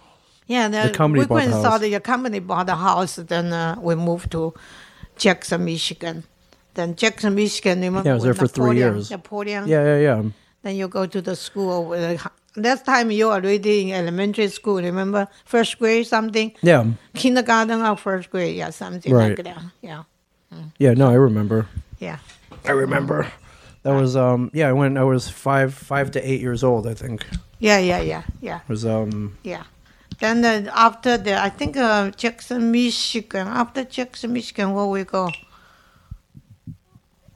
B: Yeah. The,
C: company
B: we
C: bought the
B: couldn't
C: house.
B: sell. The company bought the house. Then uh, we moved to Jackson, Michigan. Then Jackson, Michigan. Remember
C: Yeah, I was
B: when
C: there for three
B: Napoleon-
C: years.
B: Napoleon.
C: Yeah, yeah, yeah.
B: Then you go to the school. With a, that time you already in elementary school. Remember first grade something,
C: Yeah.
B: kindergarten or first grade. Yeah, something like
C: Right.
B: that. Yeah,
C: Yeah, no, I remember.
B: yeah.
C: I remember. That was um yeah, I went I was 5 5 to 8 years old, I think.
B: Yeah, yeah, yeah, yeah,
C: It was um
B: yeah. Then uh, after the, I think uh, Jackson, Michigan. After Jackson, Michigan, where we go?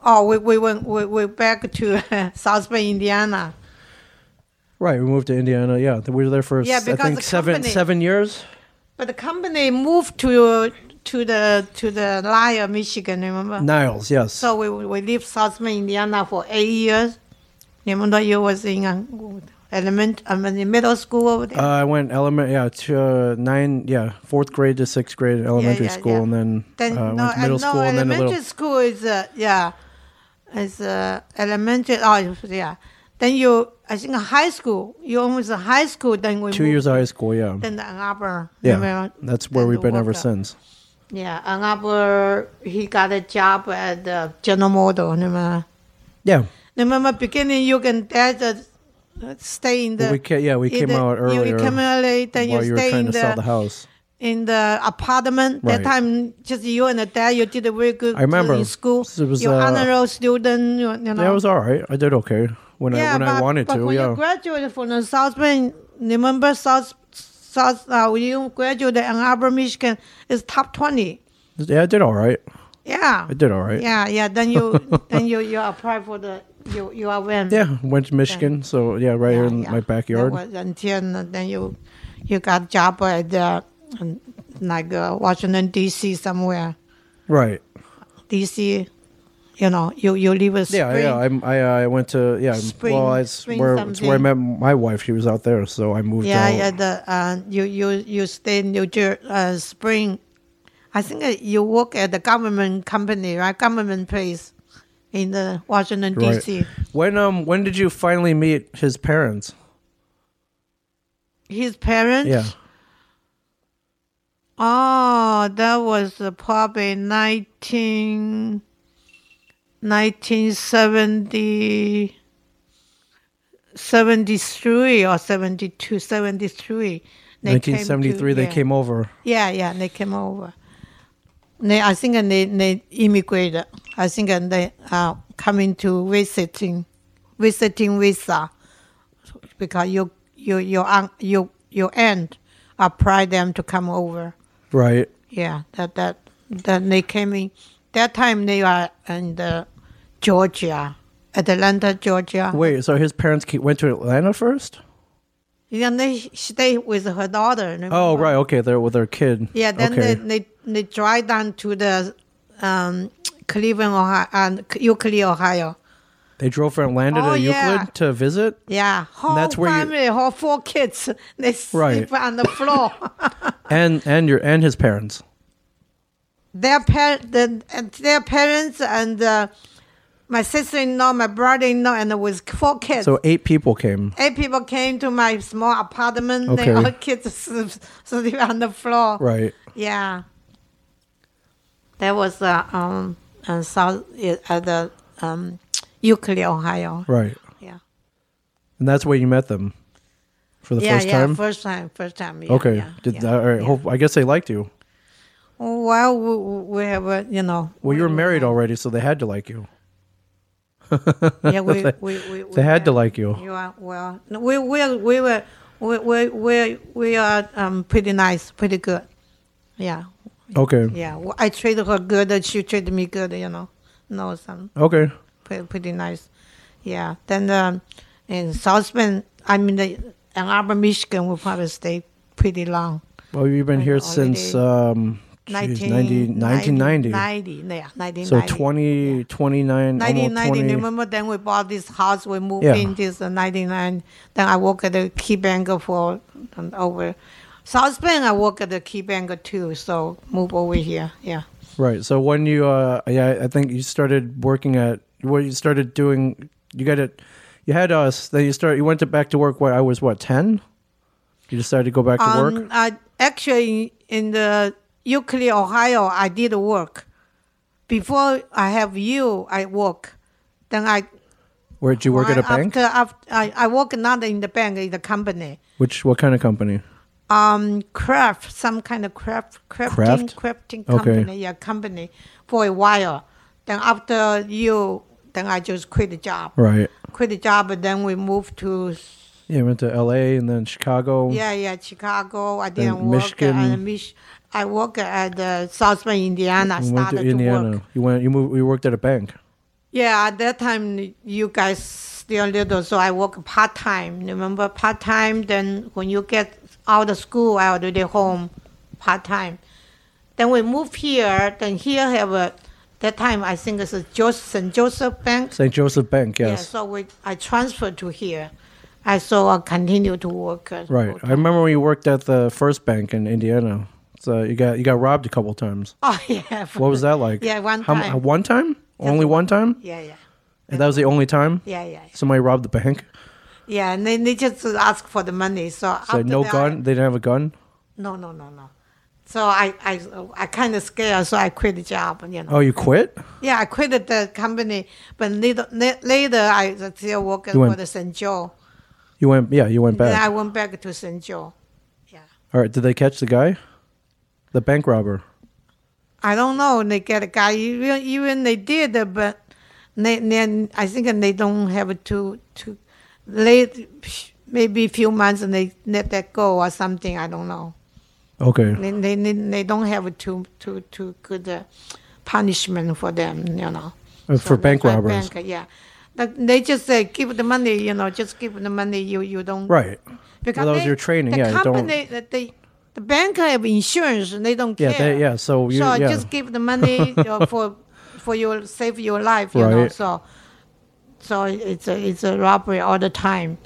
B: Oh, we, we went we, we back to South Bend, Indiana.
C: right, we moved to Indiana. Yeah, we were there for
B: Yeah,
C: s- I
B: because
C: think
B: the
C: 7
B: company-
C: 7 years.
B: But the company moved to to the to the Lyre, Michigan. Remember?
C: Niles, yes.
B: Uh, So we we lived South Bend, Indiana for eight years. Remember, you was in uh, element, I mean, in middle school over there.
C: Uh, I went element, yeah, to uh, nine, yeah, fourth grade to sixth grade elementary
B: yeah,
C: school,
B: yeah.
C: and then,
B: Then
C: uh,
B: no,
C: went to middle
B: uh, no,
C: school, and then a
B: elementary
C: little.
B: school is uh, yeah, is uh, elementary. Oh yeah. Then you, I think high school. You almost in high school. Then we
C: Two
B: moved,
C: years of high school, yeah,
B: Then the Ann Arbor.
C: yeah.
B: remember?
C: That's where
B: Then
C: we've
B: the
C: been ever
B: workout.
C: since.
B: Yeah, Ann Arbor. He got a job at uh, General Motor. Remember?
C: Yeah,
B: Remember beginning you can dad uh, stay in the.
C: Well, we ca- yeah we
B: in
C: came
B: the-
C: out
B: you-
C: earlier.
B: You came out late, then
C: while
B: you
C: you were
B: stay
C: trying
B: in
C: to sell the
B: the
C: house.
B: in the apartment.
C: Right.
B: That time, just you and the dad, you did a very good
C: I remember.
B: in school.
C: It was,
B: you
C: uh,
B: honor roll student. You, you know.
C: Yeah, it was all right. I did okay when I
B: Yeah,
C: when
B: but,
C: I wanted
B: but
C: to.
B: when
C: Yeah,
B: you graduated from the South Bend, remember South South? Uh, when you graduated in Arbor, Michigan, is top twenty.
C: yeah, I did all right.
B: Yeah.
C: I did all right.
B: Yeah, yeah. Then you then you you apply for the you you are when
C: Yeah, went to Michigan, so yeah, right here in
B: yeah.
C: my backyard.
B: That was until then you you got job at uh, like uh, Washington D.C. somewhere.
C: Right.
B: D.C. You know, you you live a spring.
C: Yeah, yeah. I'm, I uh, I went to yeah.
B: Spring-
C: well, it's
B: spring
C: where it's where I met
B: something.
C: my wife. She was out there, so I moved.
B: yeah,
C: out.
B: yeah, The uh, you you you stay in New Jersey uh, spring. I think uh, you work at the government company, right? Government place in the Washington
C: Right.
B: D.C.
C: When um when did you finally meet his parents?
B: His parents.
C: Yeah.
B: Oh, that was uh, probably 19, 1970, 73 or 72, 73. They came to-
C: 1973 they
B: yeah.
C: came over.
B: Yeah, yeah, they came over. They, I think and they, they immigrated. I think and they are coming to visiting, visiting visa, because you you your aunt you your aunt applied them to come over.
C: Right.
B: Yeah, that that that they came in. That time they are in the Georgia, Atlanta, Georgia.
C: Wait, so his parents ke- went to Atlanta first?
B: Then they stay with her daughter. remember?
C: Oh, right. Okay, they're with their kid.
B: Uh-huh. Yeah, then
C: okay.
B: they, they they drive down to the um, Cleveland, Ohio, uh, and Euclid, Ohio.
C: They drove from Atlanta
B: Oh,
C: to Euclid
B: yeah.
C: to visit.
B: Yeah, whole
C: that's where you-
B: family, whole four kids, they sleep
C: Right.
B: on the floor.
C: And and your and his parents.
B: their par- the, and their parents and uh, my sister-in-law, my brother-in-law, and with four kids.
C: So eight people came.
B: Eight people came to my small apartment. They
C: Okay.
B: all kids sleep, sleep on the floor.
C: Right.
B: Yeah. That was uh, um uh, south uh, at the um Euclid, Ohio.
C: Right.
B: Yeah.
C: And that's where you met them for the
B: yeah,
C: first
B: yeah,
C: time.
B: first time, first time. Yeah,
C: okay.
B: Yeah,
C: Did uh,
B: yeah.
C: all right. Hope I guess they liked you.
B: Well, we, we have a, you know.
C: Well, you were
B: we-
C: married already, so they had to like you.
B: Yeah, we, we, we, we
C: They had to
B: were-
C: like you.
B: You are well. no, We we we were we we we, we are um pretty nice, pretty good. Yeah,
C: Okay.
B: yeah. Well, I treated her good, and she treated me good. You know, no some.
C: Okay.
B: pretty, pretty nice. Yeah. Then um, in South Bend, I mean, the, in Arbor, Michigan, we probably stay pretty long.
C: Well, you've been
B: I
C: here
B: know,
C: since
B: already
C: um geez, 90 1990.
B: 90, yeah, 1990.
C: So 20, 29, almost
B: 1990,
C: 20.
B: remember then we bought this house, we moved
C: Yeah.
B: in this uh, 99. Then I worked at the Key Banker for um, over. South Bend, I worked at the Key Banker too, so move over here, yeah.
C: Right. So when you, uh, yeah, I think you started working at, well, you started doing, you got it, you had us, then you started, you went to back to work when I was, what, 10? You decided to go back to
B: Um,
C: work?
B: I, actually, in the Euclid, Ohio, I did work. before I have you, I work. Then I
C: Where did you work at a
B: after,
C: bank?
B: after I, I work not in the bank in the company.
C: Which what kind of company?
B: um craft some kind of craft crafting
C: Craft?
B: crafting
C: Okay.
B: company yeah company for a while then after you then i just quit the job
C: Right.
B: quit the job and then we moved to
C: Yeah, I went to L.A. and then Chicago.
B: yeah yeah chicago i didn't
C: Then
B: work
C: Michigan.
B: at uh, Mich- i work at uh, south bend indiana
C: and went
B: started
C: to Indiana.
B: work
C: You went. You moved. You worked at a bank.
B: yeah at that time you guys still little so i work part-time remember part-time then when you get out of school i already home part-time Then we move here. Then here have a that time I think it's a Joseph, St. Joseph Bank.
C: St. Joseph Bank.
B: Yeah.
C: Yes.
B: So we I transferred to here. I so I continue to work. at-
C: Right. I remember when you worked at the first bank in Indiana. So you got you got robbed a couple times.
B: Oh yeah.
C: What was that like?
B: Yeah, one
C: How mu-
B: time.
C: one time? Only one time?
B: Yeah yeah
C: And that was the only time?
B: yeah yeah
C: Somebody robbed the bank?
B: yeah. And then they just ask for the money. So
C: So
B: after
C: no
B: that,
C: gun? they didn't have a gun?
B: no no no no. So I I I kind of scared. So I quit the job. You know.
C: Oh, you quit?
B: Yeah, I quit the company. But later later I still working
C: You went-
B: for the St. Joe.
C: You went, yeah, you went
B: Then
C: back.
B: I went back to St. Joe. Yeah.
C: All right, did they catch the guy? The bank robber.
B: I don't know. They get a guy. Even, even they did, uh, but they, then I think they don't have to to late maybe a few months and they let that go or something. I don't know.
C: Okay.
B: They they, they they don't have too too too good uh, punishment for them. You know.
C: Uh, for bank
B: that's why
C: robbers.
B: bank, yeah. Like, They just uh, give the money, you know, just give the money. You you don't
C: Right.
B: because
C: that was
B: they-
C: your training,
B: The
C: yeah, you don't-
B: company that they the bank have insurance and they don't
C: Yeah,
B: care.
C: they, yeah, so you,
B: so
C: yeah.
B: just give the money you know, for for your save your life, you know.
C: Right.
B: So so it's a it's a robbery all the time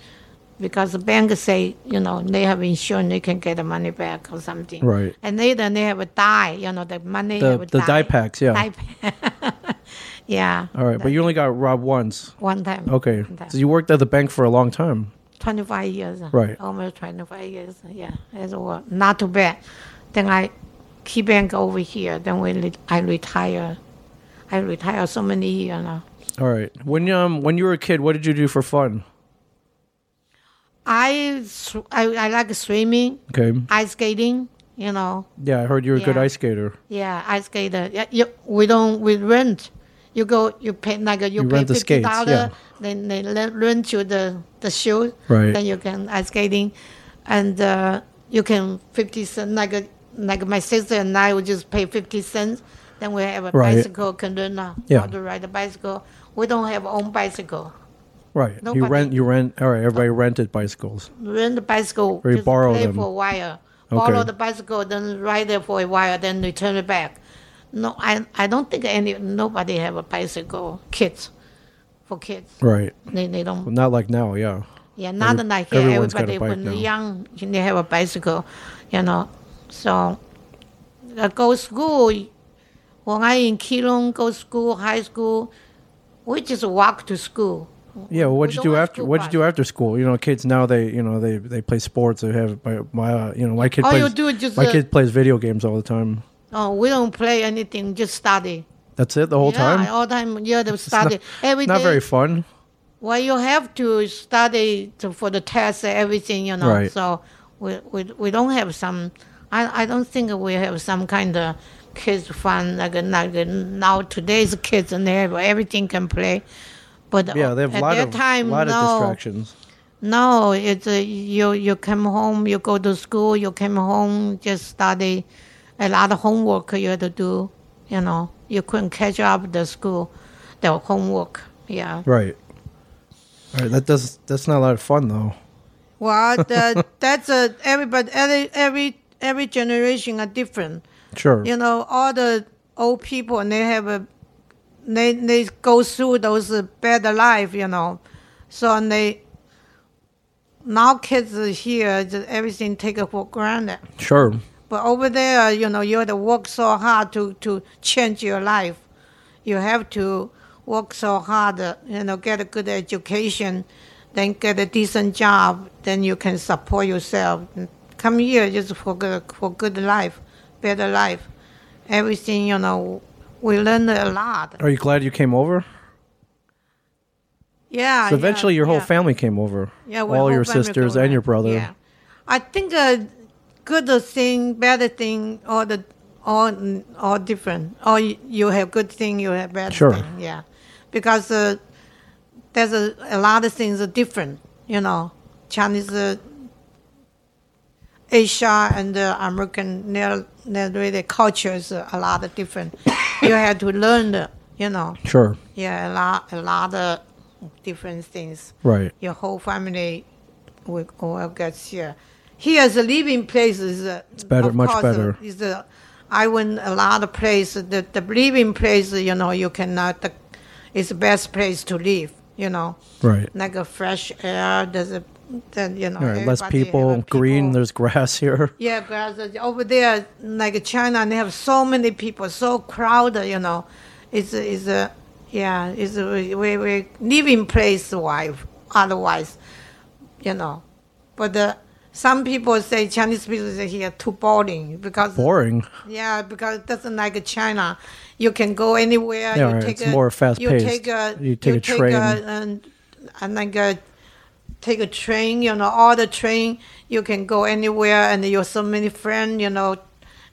B: because the bank say you know they have insurance they can get the money back or something.
C: Right.
B: And later they have a die, you know, the money
C: the,
B: have a
C: the die packs, yeah.
B: Dye pack. yeah.
C: All right, but you only got robbed once.
B: One time.
C: Okay.
B: One time.
C: So you worked at the bank for a long time.
B: 25 years.
C: Right.
B: Almost 25 years. Yeah. That's all. Not too bad. Then I key bank over here. Then we re- I retire. I retire so many years now.
C: All right. When um when you were a kid, what did you do for fun?
B: I, sw- I I like swimming,
C: Okay.
B: ice skating. You know.
C: Yeah, I heard you were a good
B: Yeah.
C: ice skater.
B: Yeah, ice skater. Yeah, you, we don't we rent. You go you pay like you,
C: You
B: pay
C: rent the
B: fifty
C: skates,
B: dollar.
C: yeah.
B: Then they le- rent you the the shoes.
C: Right.
B: Then you can ice skating, and uh, you can fifty cent like a- like my sister and I would just pay fifty cents. Then we have a
C: Right.
B: bicycle. Can learn uh,
C: Yeah.
B: how to ride a bicycle. We don't have own bicycle.
C: Right. You
B: Nobody-
C: rent. You rent. All right. Everybody rented bicycles.
B: Rent the bicycle.
C: Or you
B: just
C: borrow
B: play
C: them.
B: for a while.
C: Okay.
B: Borrow the bicycle, then ride it for a while, then return it back. No, I I don't think any nobody have a bicycle. Kids, for kids,
C: Right.
B: they they don't.
C: Not like now. Yeah.
B: Yeah, not
C: Every-
B: like here.
C: everyone's got a
B: Everybody
C: bike
B: when they're
C: now.
B: young, they have a bicycle, you know. So, I go school. When I in Keelung, go school, high school, we just walk to school.
C: Yeah. Well, what'd you
B: don't
C: do
B: have
C: after?
B: school
C: What'd you do after school? You know, kids now they you know they they play sports. They have my, my uh, you know my kid
B: All you
C: plays
B: do is just,
C: my
B: uh,
C: kid plays video games all the time.
B: Oh, we don't play anything, just study.
C: That's it the whole
B: yeah,
C: time.
B: all time. Yeah, they
C: not,
B: study every day.
C: not very fun.
B: well, you have to study to, for the test, everything, you know.
C: Right.
B: So we, we we don't have some. I I don't think we have some kind of kids fun like like now today's kids and they have everything can play. But
C: Yeah, they have a
B: at
C: lot
B: that
C: of
B: time,
C: lot
B: no,
C: of distractions.
B: no, it's uh, you. You come home, you go to school, you come home, just study. A lot of homework you had to do. You know, you couldn't catch up the school, the homework. Yeah.
C: Right. All right. That does. That's not a lot of fun though.
B: Well, the, that's a everybody. Every every every generation are different.
C: Sure.
B: You know, all the old people and they have a they they go through those uh, better life, you know. So and they now kids are here, just everything take it for granted.
C: Sure.
B: But over there, you know, you have to work so hard to to change your life. You have to work so hard, uh, you know, get a good education, then get a decent job, then you can support yourself. Come here just for good, for good life, better life. Everything, you know, we learned a lot.
C: Are you glad you came over?
B: Yeah.
C: So eventually,
B: yeah,
C: your whole
B: yeah.
C: family came over.
B: Yeah, we
C: all
B: hope
C: your
B: I'm
C: sisters
B: recovered.
C: and your brother.
B: Yeah, I think a good thing, bad thing, or the all all different. Or you you have good thing, you have bad
C: Sure.
B: thing. Yeah, because uh, there's a, a lot of things are different. You know, Chinese, uh, Asia, and uh, American, they're, they're really cultures are a lot of different. you have to learn. The, you know,
C: Sure.
B: yeah, a lot a lot of different things
C: Right.
B: your whole family will all get here. Here's a living place is uh, it's
C: better, much better.
B: Is uh, I went a lot of places. The the living place, you know, you cannot. The, it's the best place to live. You know,
C: Right.
B: like a fresh air. There's a then you know
C: All right. Less
B: everybody have
C: people.
B: a
C: Green.
B: people-
C: There's grass here.
B: yeah, because over there, like China, they have so many people, so crowded. You know, it's a- it's a yeah, it's a, we we living place wise. Otherwise, you know, but uh, some people say Chinese people say here too boring because
C: Boring.
B: yeah, because it doesn't like China. You can go anywhere.
C: Yeah,
B: you
C: right.
B: take
C: It's
B: a,
C: more fast
B: you
C: paced.
B: Take a,
C: You take a train.
B: and, and like a, take a train, you know, all the train. You can go anywhere and you have so many friends, you know,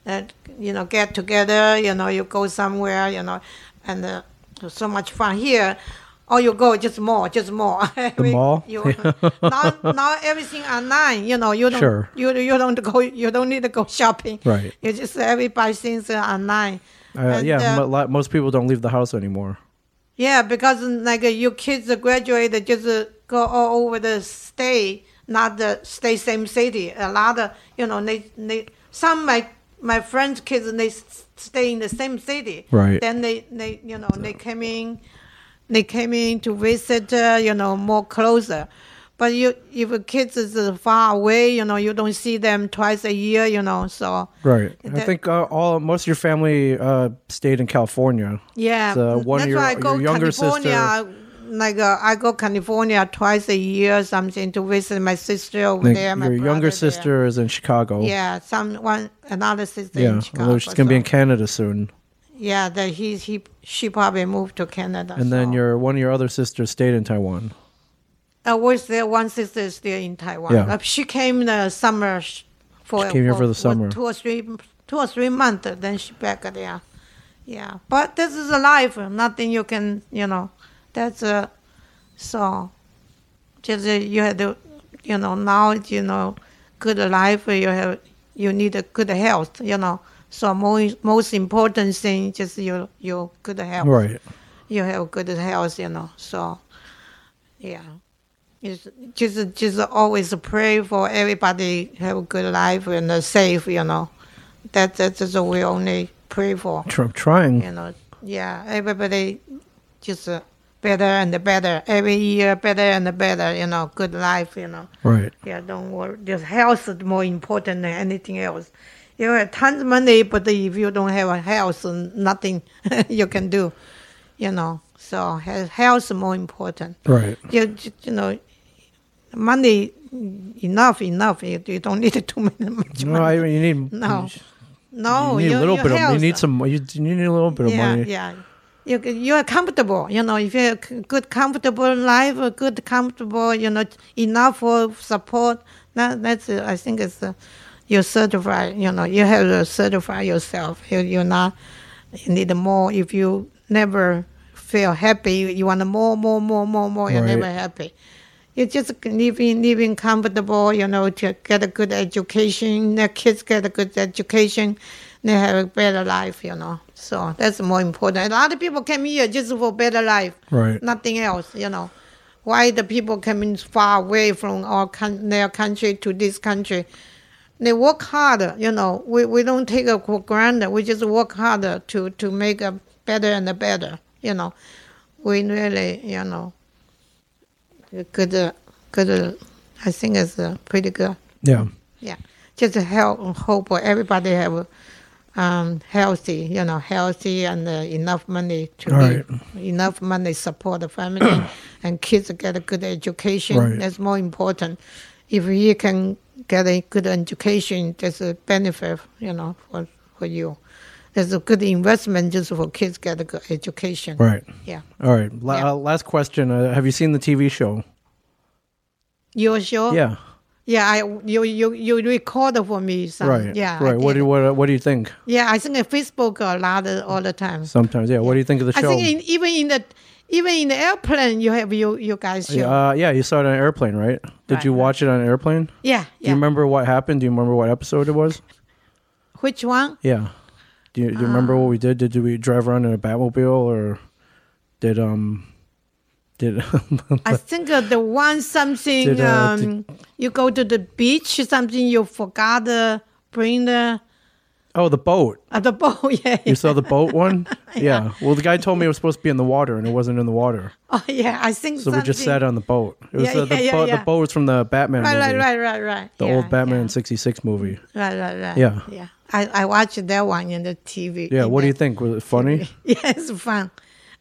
B: and, you know, get together, you know, you go somewhere, you know, and uh, there's so much fun here. Or you go just more, just more. The
C: mall?
B: You, now, now everything online. You know, you don't
C: Sure.
B: you you don't go you don't need to go shopping.
C: Right.
B: You just everybody things uh, online.
C: Uh,
B: And,
C: yeah.
B: uh,
C: mo- lot- most people don't leave the house anymore.
B: yeah, because like uh, your kids graduate, they just uh, go all over the state, not the stay same city. A lot of you know, they, they some my my friends' kids they s- stay in the same city.
C: Right.
B: Then they they you know they came in, they came in to visit. Uh, you know more closer. But you, if your kids is uh, far away, you know you don't see them twice a year, you know. So
C: Right. I
B: That-
C: think uh, all most of your family uh, stayed in California.
B: Yeah,
C: So one
B: that's
C: of your-
B: why I go
C: your younger
B: California. Like uh, I go California twice a year, or something to visit my sister over
C: Like,
B: there. My
C: your
B: brother
C: younger
B: there.
C: sister is in Chicago.
B: Yeah, some one another sister
C: Yeah.
B: in Chicago.
C: although she's gonna be in
B: so-
C: Canada soon.
B: Yeah, that he he she probably moved to Canada.
C: And then
B: so-
C: your one of your other sisters stayed in Taiwan.
B: Uh, was there one sister is still in Taiwan?
C: Yeah.
B: Uh, she came the summer sh- for
C: She came here for the
B: for
C: summer.
B: two or three two or three months. uh, Then she back there. Yeah, but this is a life. uh, Nothing you can you know. That's uh, so. Just uh, you have to you know now you know good life. uh, You have you need a good health. You know. So most most important thing just your your good health
C: Right.
B: you have good health, you know. So, yeah, it's just just always pray for everybody have a good life and uh, safe, you know. That that's just we only pray for,
C: Tr- I'm trying.
B: you know. Yeah, everybody just uh, better and better every year, better and better, you know. Good life, you know.
C: Right.
B: Yeah, don't worry. Just health is more important than anything else. You have tons of money, but if you don't have a health, nothing you can do. You know, so he- health is more important.
C: Right.
B: You j- you know, money enough enough. You, you don't need too many much
C: No,
B: money.
C: I mean, you need
B: No,
C: You need
B: no, Oh, your-
C: a little
B: your
C: bit of. You
B: health.
C: need some. You, you need a little bit of
B: yeah,
C: money.
B: Yeah, you you are comfortable. You know, if you have a good comfortable life, a good comfortable, you know, enough for support. That that's uh, I think it's uh, you certify. You know, you have to certify yourself. You you're not you need more. If you never feel happy, you, you want more, more, more, more, more. You're
C: Right.
B: never happy. You just living living comfortable, you know, to get a good education. The kids get a good education, they have a better life, you know. So that's more important. A lot of people come here just for better life,
C: Right.
B: nothing else, you know. Why the people coming far away from our coun- their country to this country? They work harder, you know. We we don't take it for granted. We just work harder to to make a better and a better, you know. We really, you know good, uh, good. Uh, I think it's uh, pretty good.
C: Yeah.
B: Yeah, just help hope everybody have um, healthy, you know, healthy and uh, enough money to
C: All
B: live. enough money support the family and kids get a good education.
C: Right.
B: That's more important. If you can get a good education, that's a benefit, you know, for for you. it's a good investment just for kids get a good education.
C: Right.
B: Yeah.
C: All right. La-
B: Yeah.
C: uh, last question. Uh, have you seen the TV show?
B: You sure?
C: Yeah.
B: Yeah. I you you you record for me. Some,
C: Right.
B: uh, Yeah. I
C: Right. What do
B: did.
C: you, what uh, What do you think?
B: Yeah, I think on Facebook a lot of, all the time.
C: Sometimes. Yeah. What do you think of the
B: I
C: show?
B: think in, even in the even in the airplane, you have you you guys show. Yeah.
C: yeah. Uh, yeah. You saw it on an airplane, right? Did
B: Right,
C: you
B: right.
C: watch it on an airplane?
B: Yeah.
C: Do you remember what happened? Do you remember what episode it was?
B: Which one?
C: Yeah. Do you, do you remember
B: Um.
C: what we did? Did we drive around in a Batmobile or did um did
B: I think uh, the one something
C: Did, uh,
B: um, you go to the beach, something you forgot to bring the
C: oh the boat?
B: uh, the boat. Yeah.
C: You saw the boat one? yeah. Well, the guy told me it was supposed to be in the water and it wasn't in the water,
B: Oh yeah, I think
C: so we just
B: something-
C: sat on the boat. It was
B: Yeah,
C: uh, the,
B: yeah, yeah,
C: boat-
B: yeah.
C: the boat was from the Batman
B: Right,
C: movie,
B: right, right, right, right.
C: the
B: Yeah,
C: old Batman
B: yeah.
C: '66 movie.
B: Right, right, right.
C: Yeah.
B: yeah. I, I watched that one in the TV.
C: Yeah.
B: in
C: What do
B: the-
C: you think? Was it funny?
B: Yeah, it's fun.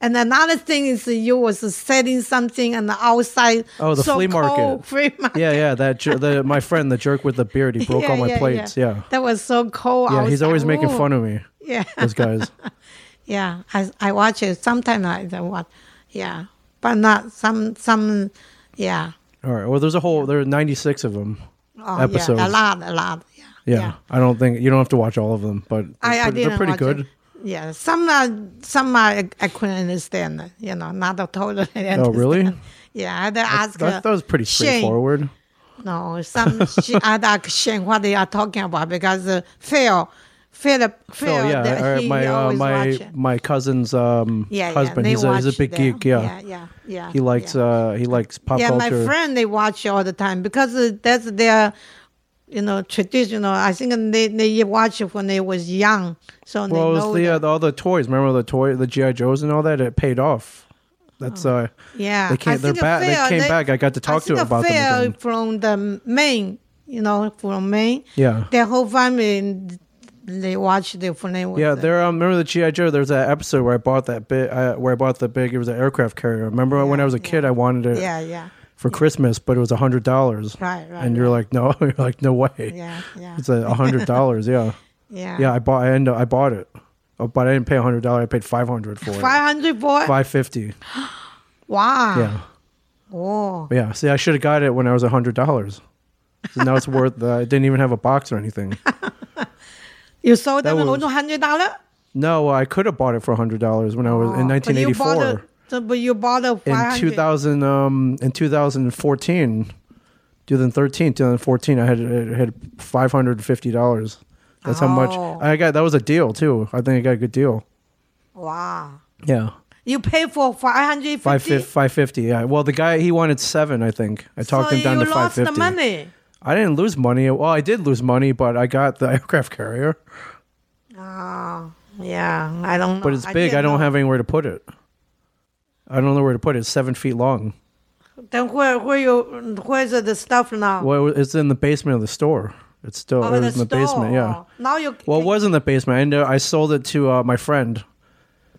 B: And another thing is you was selling something on the outside.
C: Oh, the flea
B: so-called
C: market.
B: Flea market.
C: yeah, yeah. That jer- the, my friend, the jerk with the beard, he broke all my plates. Yeah.
B: That was so cold.
C: Yeah, he's always making fun of me.
B: Yeah,
C: Those guys.
B: yeah. I I watch it sometimes. I don't watch. Yeah, but not some some. Yeah.
C: All right. Well, there's a whole there are 96 of them.
B: Oh,
C: Episodes.
B: Yeah, a lot, a lot. Yeah.
C: Yeah, I don't think you don't have to watch all of them, but they're,
B: I, I
C: pretty,
B: didn't
C: they're pretty
B: watch
C: good.
B: It. Yeah, some uh, some I, I couldn't understand. You know, not totally. Understand.
C: Oh, really?
B: Yeah, I had to ask. uh,
C: That, that was pretty
B: Shane.
C: straightforward.
B: No, some sh- other Christian what they are talking about because uh, Phil, Phil, Phil,
C: Phil, yeah,
B: that
C: all right,
B: he
C: my uh,
B: always
C: my
B: watch it.
C: my cousin's um
B: yeah,
C: husband.
B: Yeah,
C: he's,
B: they
C: a, he's a
B: watch
C: big
B: that.
C: geek. Yeah.
B: yeah, yeah, yeah.
C: he likes
B: yeah.
C: uh he likes pop
B: yeah,
C: culture.
B: my friend they watch all the time because uh, that's their, you know, traditional. I think they they watch it when they was young, so
C: well, it
B: they
C: was
B: know.
C: the, uh,
B: that-
C: the- all the toys. Remember the toy, the GI Joes and all that. It paid off. That's uh,
B: yeah,
C: they came.
B: Oh. I
C: They're
B: think
C: back. They
B: Phil,
C: came back. I got to talk
B: I
C: to
B: think
C: him about them
B: Phil
C: again.
B: from the Maine, you know, from Maine.
C: Yeah,
B: Their whole family, they watched it when they was
C: yeah.
B: uh,
C: There, um, remember the GI Joe? There's that episode where I bought that bit. Uh, where I bought the big. It was an aircraft carrier. Remember when I was a kid, I wanted it.
B: Yeah, yeah,
C: for Christmas, but it was a hundred dollars.
B: Right, right,
C: And you're like, no, you're like, no way.
B: yeah, yeah,
C: It's a hundred dollars. yeah.
B: yeah.
C: Yeah. I bought. I end. up- I bought it, Oh, but I didn't pay a hundred dollars. I paid five hundred for it.
B: Five hundred boy.
C: Five fifty.
B: Wow.
C: Yeah.
B: Oh.
C: Yeah. See, I should have got it when I was a hundred dollars. So now it's worth. Uh, I didn't even have a box or anything.
B: You sold them
C: That was-
B: only hundred dollar.
C: No, uh, I could have bought it for a hundred dollars when I was in
B: Oh, But you bought a-
C: 1984.
B: so- But you bought a
C: In
B: five
C: 2000, um, in 2014, 2013, 2014, I had I had five hundred and fifty dollars. That's how
B: Oh.
C: much I got. That was a deal too. I think I got a good deal.
B: Wow.
C: Yeah,
B: You pay for five hundred
C: five fifty. Five fifty. Yeah. Well, the guy he wanted seven. I think I talked
B: so
C: him down
B: you
C: to five
B: lost
C: fifty.
B: the money.
C: I didn't lose money. Well, I did lose money, but I got the aircraft carrier.
B: Oh, yeah. I don't. know.
C: But it's big. I,
B: didn't
C: don't
B: know.
C: have anywhere to put it. I don't know where to put it. It's seven feet long.
B: Then where where you where's the stuff now?
C: Well, it's in the basement of the store. It's still
B: Oh,
C: it
B: the
C: was in the basement. Yeah.
B: store. Now you
C: Well, it
B: can,
C: was in the basement. I know I sold it to uh, my friend.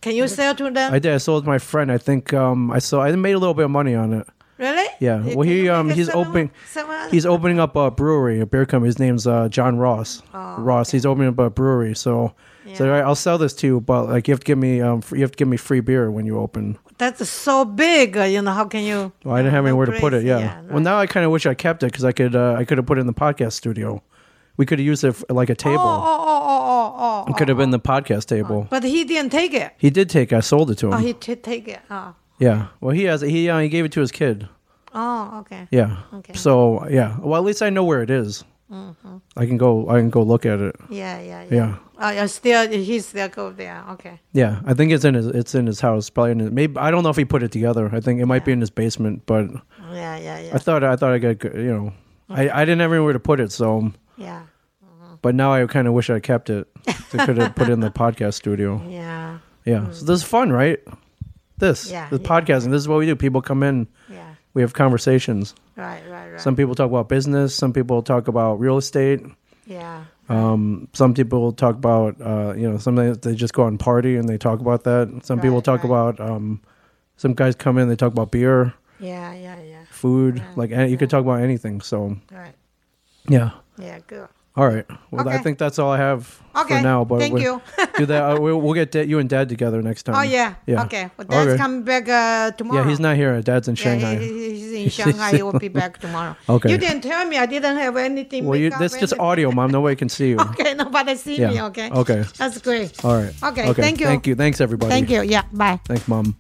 B: can you sell to them?
C: I did. I sold it to my friend. I think um, I sold. I made a little bit of money on it.
B: really?
C: Yeah.
B: You-
C: Well,
B: can
C: he
B: you
C: um,
B: make a
C: he's
B: seven-
C: opening
B: seven-
C: he's opening up a brewery, a beer company. His name's uh, John Ross. Ross. He's opening up a brewery. So, so
B: Oh, Yeah.
C: all right, I'll sell this to you, but like you have to give me um, fr- you have to give me free beer when you open.
B: that's so big. uh, You know, how can you?
C: Well, I didn't have
B: no
C: anywhere to put
B: place,
C: it. Yeah.
B: Oh, yeah,
C: Well,
B: right.
C: now I kind of wish I kept it because I could uh, I could have put it in the podcast studio. We could have used it for, like a table.
B: Oh, oh, oh, oh, oh,
C: It
B: oh.
C: could have been the podcast table.
B: But he didn't take it.
C: He did take. it. I sold it to him.
B: Oh, he did take it. Oh,
C: yeah. Well, he has. He uh, he gave it to his kid.
B: oh okay.
C: Yeah.
B: Okay. Mm-hmm.
C: So yeah. Well, at least I know where it is. I can go. I can go look at it.
B: Yeah, yeah, yeah.
C: Yeah.
B: Oh, yeah, still, he still go there. Okay.
C: Yeah. I think it's in his. It's in his house. Probably in his, maybe. I don't know if he put it together. I think it might be in his basement. But
B: Yeah, yeah, yeah.
C: I thought. I thought I got. good- You know. I, I didn't have anywhere to put it. So.
B: yeah,
C: But now I kind of wish I kept it. I could have put it in the podcast studio.
B: yeah,
C: Yeah. So this is fun, right? This.
B: Mm. Yeah,
C: The
B: yeah.
C: podcasting. This is what we do. People come in.
B: yeah.
C: We have conversations.
B: Right, right, right.
C: Some people talk about business. Some people talk about real estate.
B: yeah,
C: Um, some people talk about, uh, you know, sometimes they just go out and party and they talk about that. Some people
B: Right,
C: talk
B: right.
C: about, um, some guys come in, they talk about beer,
B: yeah, yeah, yeah.
C: food, like any, you could talk about anything. So,
B: Right.
C: yeah.
B: Yeah, good.
C: All right. Well, I
B: Okay.
C: think that's all I have
B: Okay.
C: for now. But
B: Thank
C: we-
B: you.
C: do that. Uh, we'll, we'll get da- you and Dad together next time.
B: Oh yeah.
C: Yeah.
B: Okay. Well, Dad's
C: Okay.
B: coming back uh, tomorrow.
C: Yeah, he's not here. Dad's in
B: Yeah, he-
C: Shanghai.
B: he- he's in Shanghai. he will be back tomorrow.
C: Okay.
B: You didn't tell me. I didn't have anything.
C: well, you,
B: makeup,
C: this just
B: anything.
C: audio, Mom. Nobody can see you.
B: Okay. Nobody see me.
C: Yeah.
B: Okay.
C: Okay.
B: That's great.
C: All right.
B: Okay, thank you.
C: Thank you. Thanks, everybody.
B: Thank you. Yeah. Bye.
C: Thanks, Mom.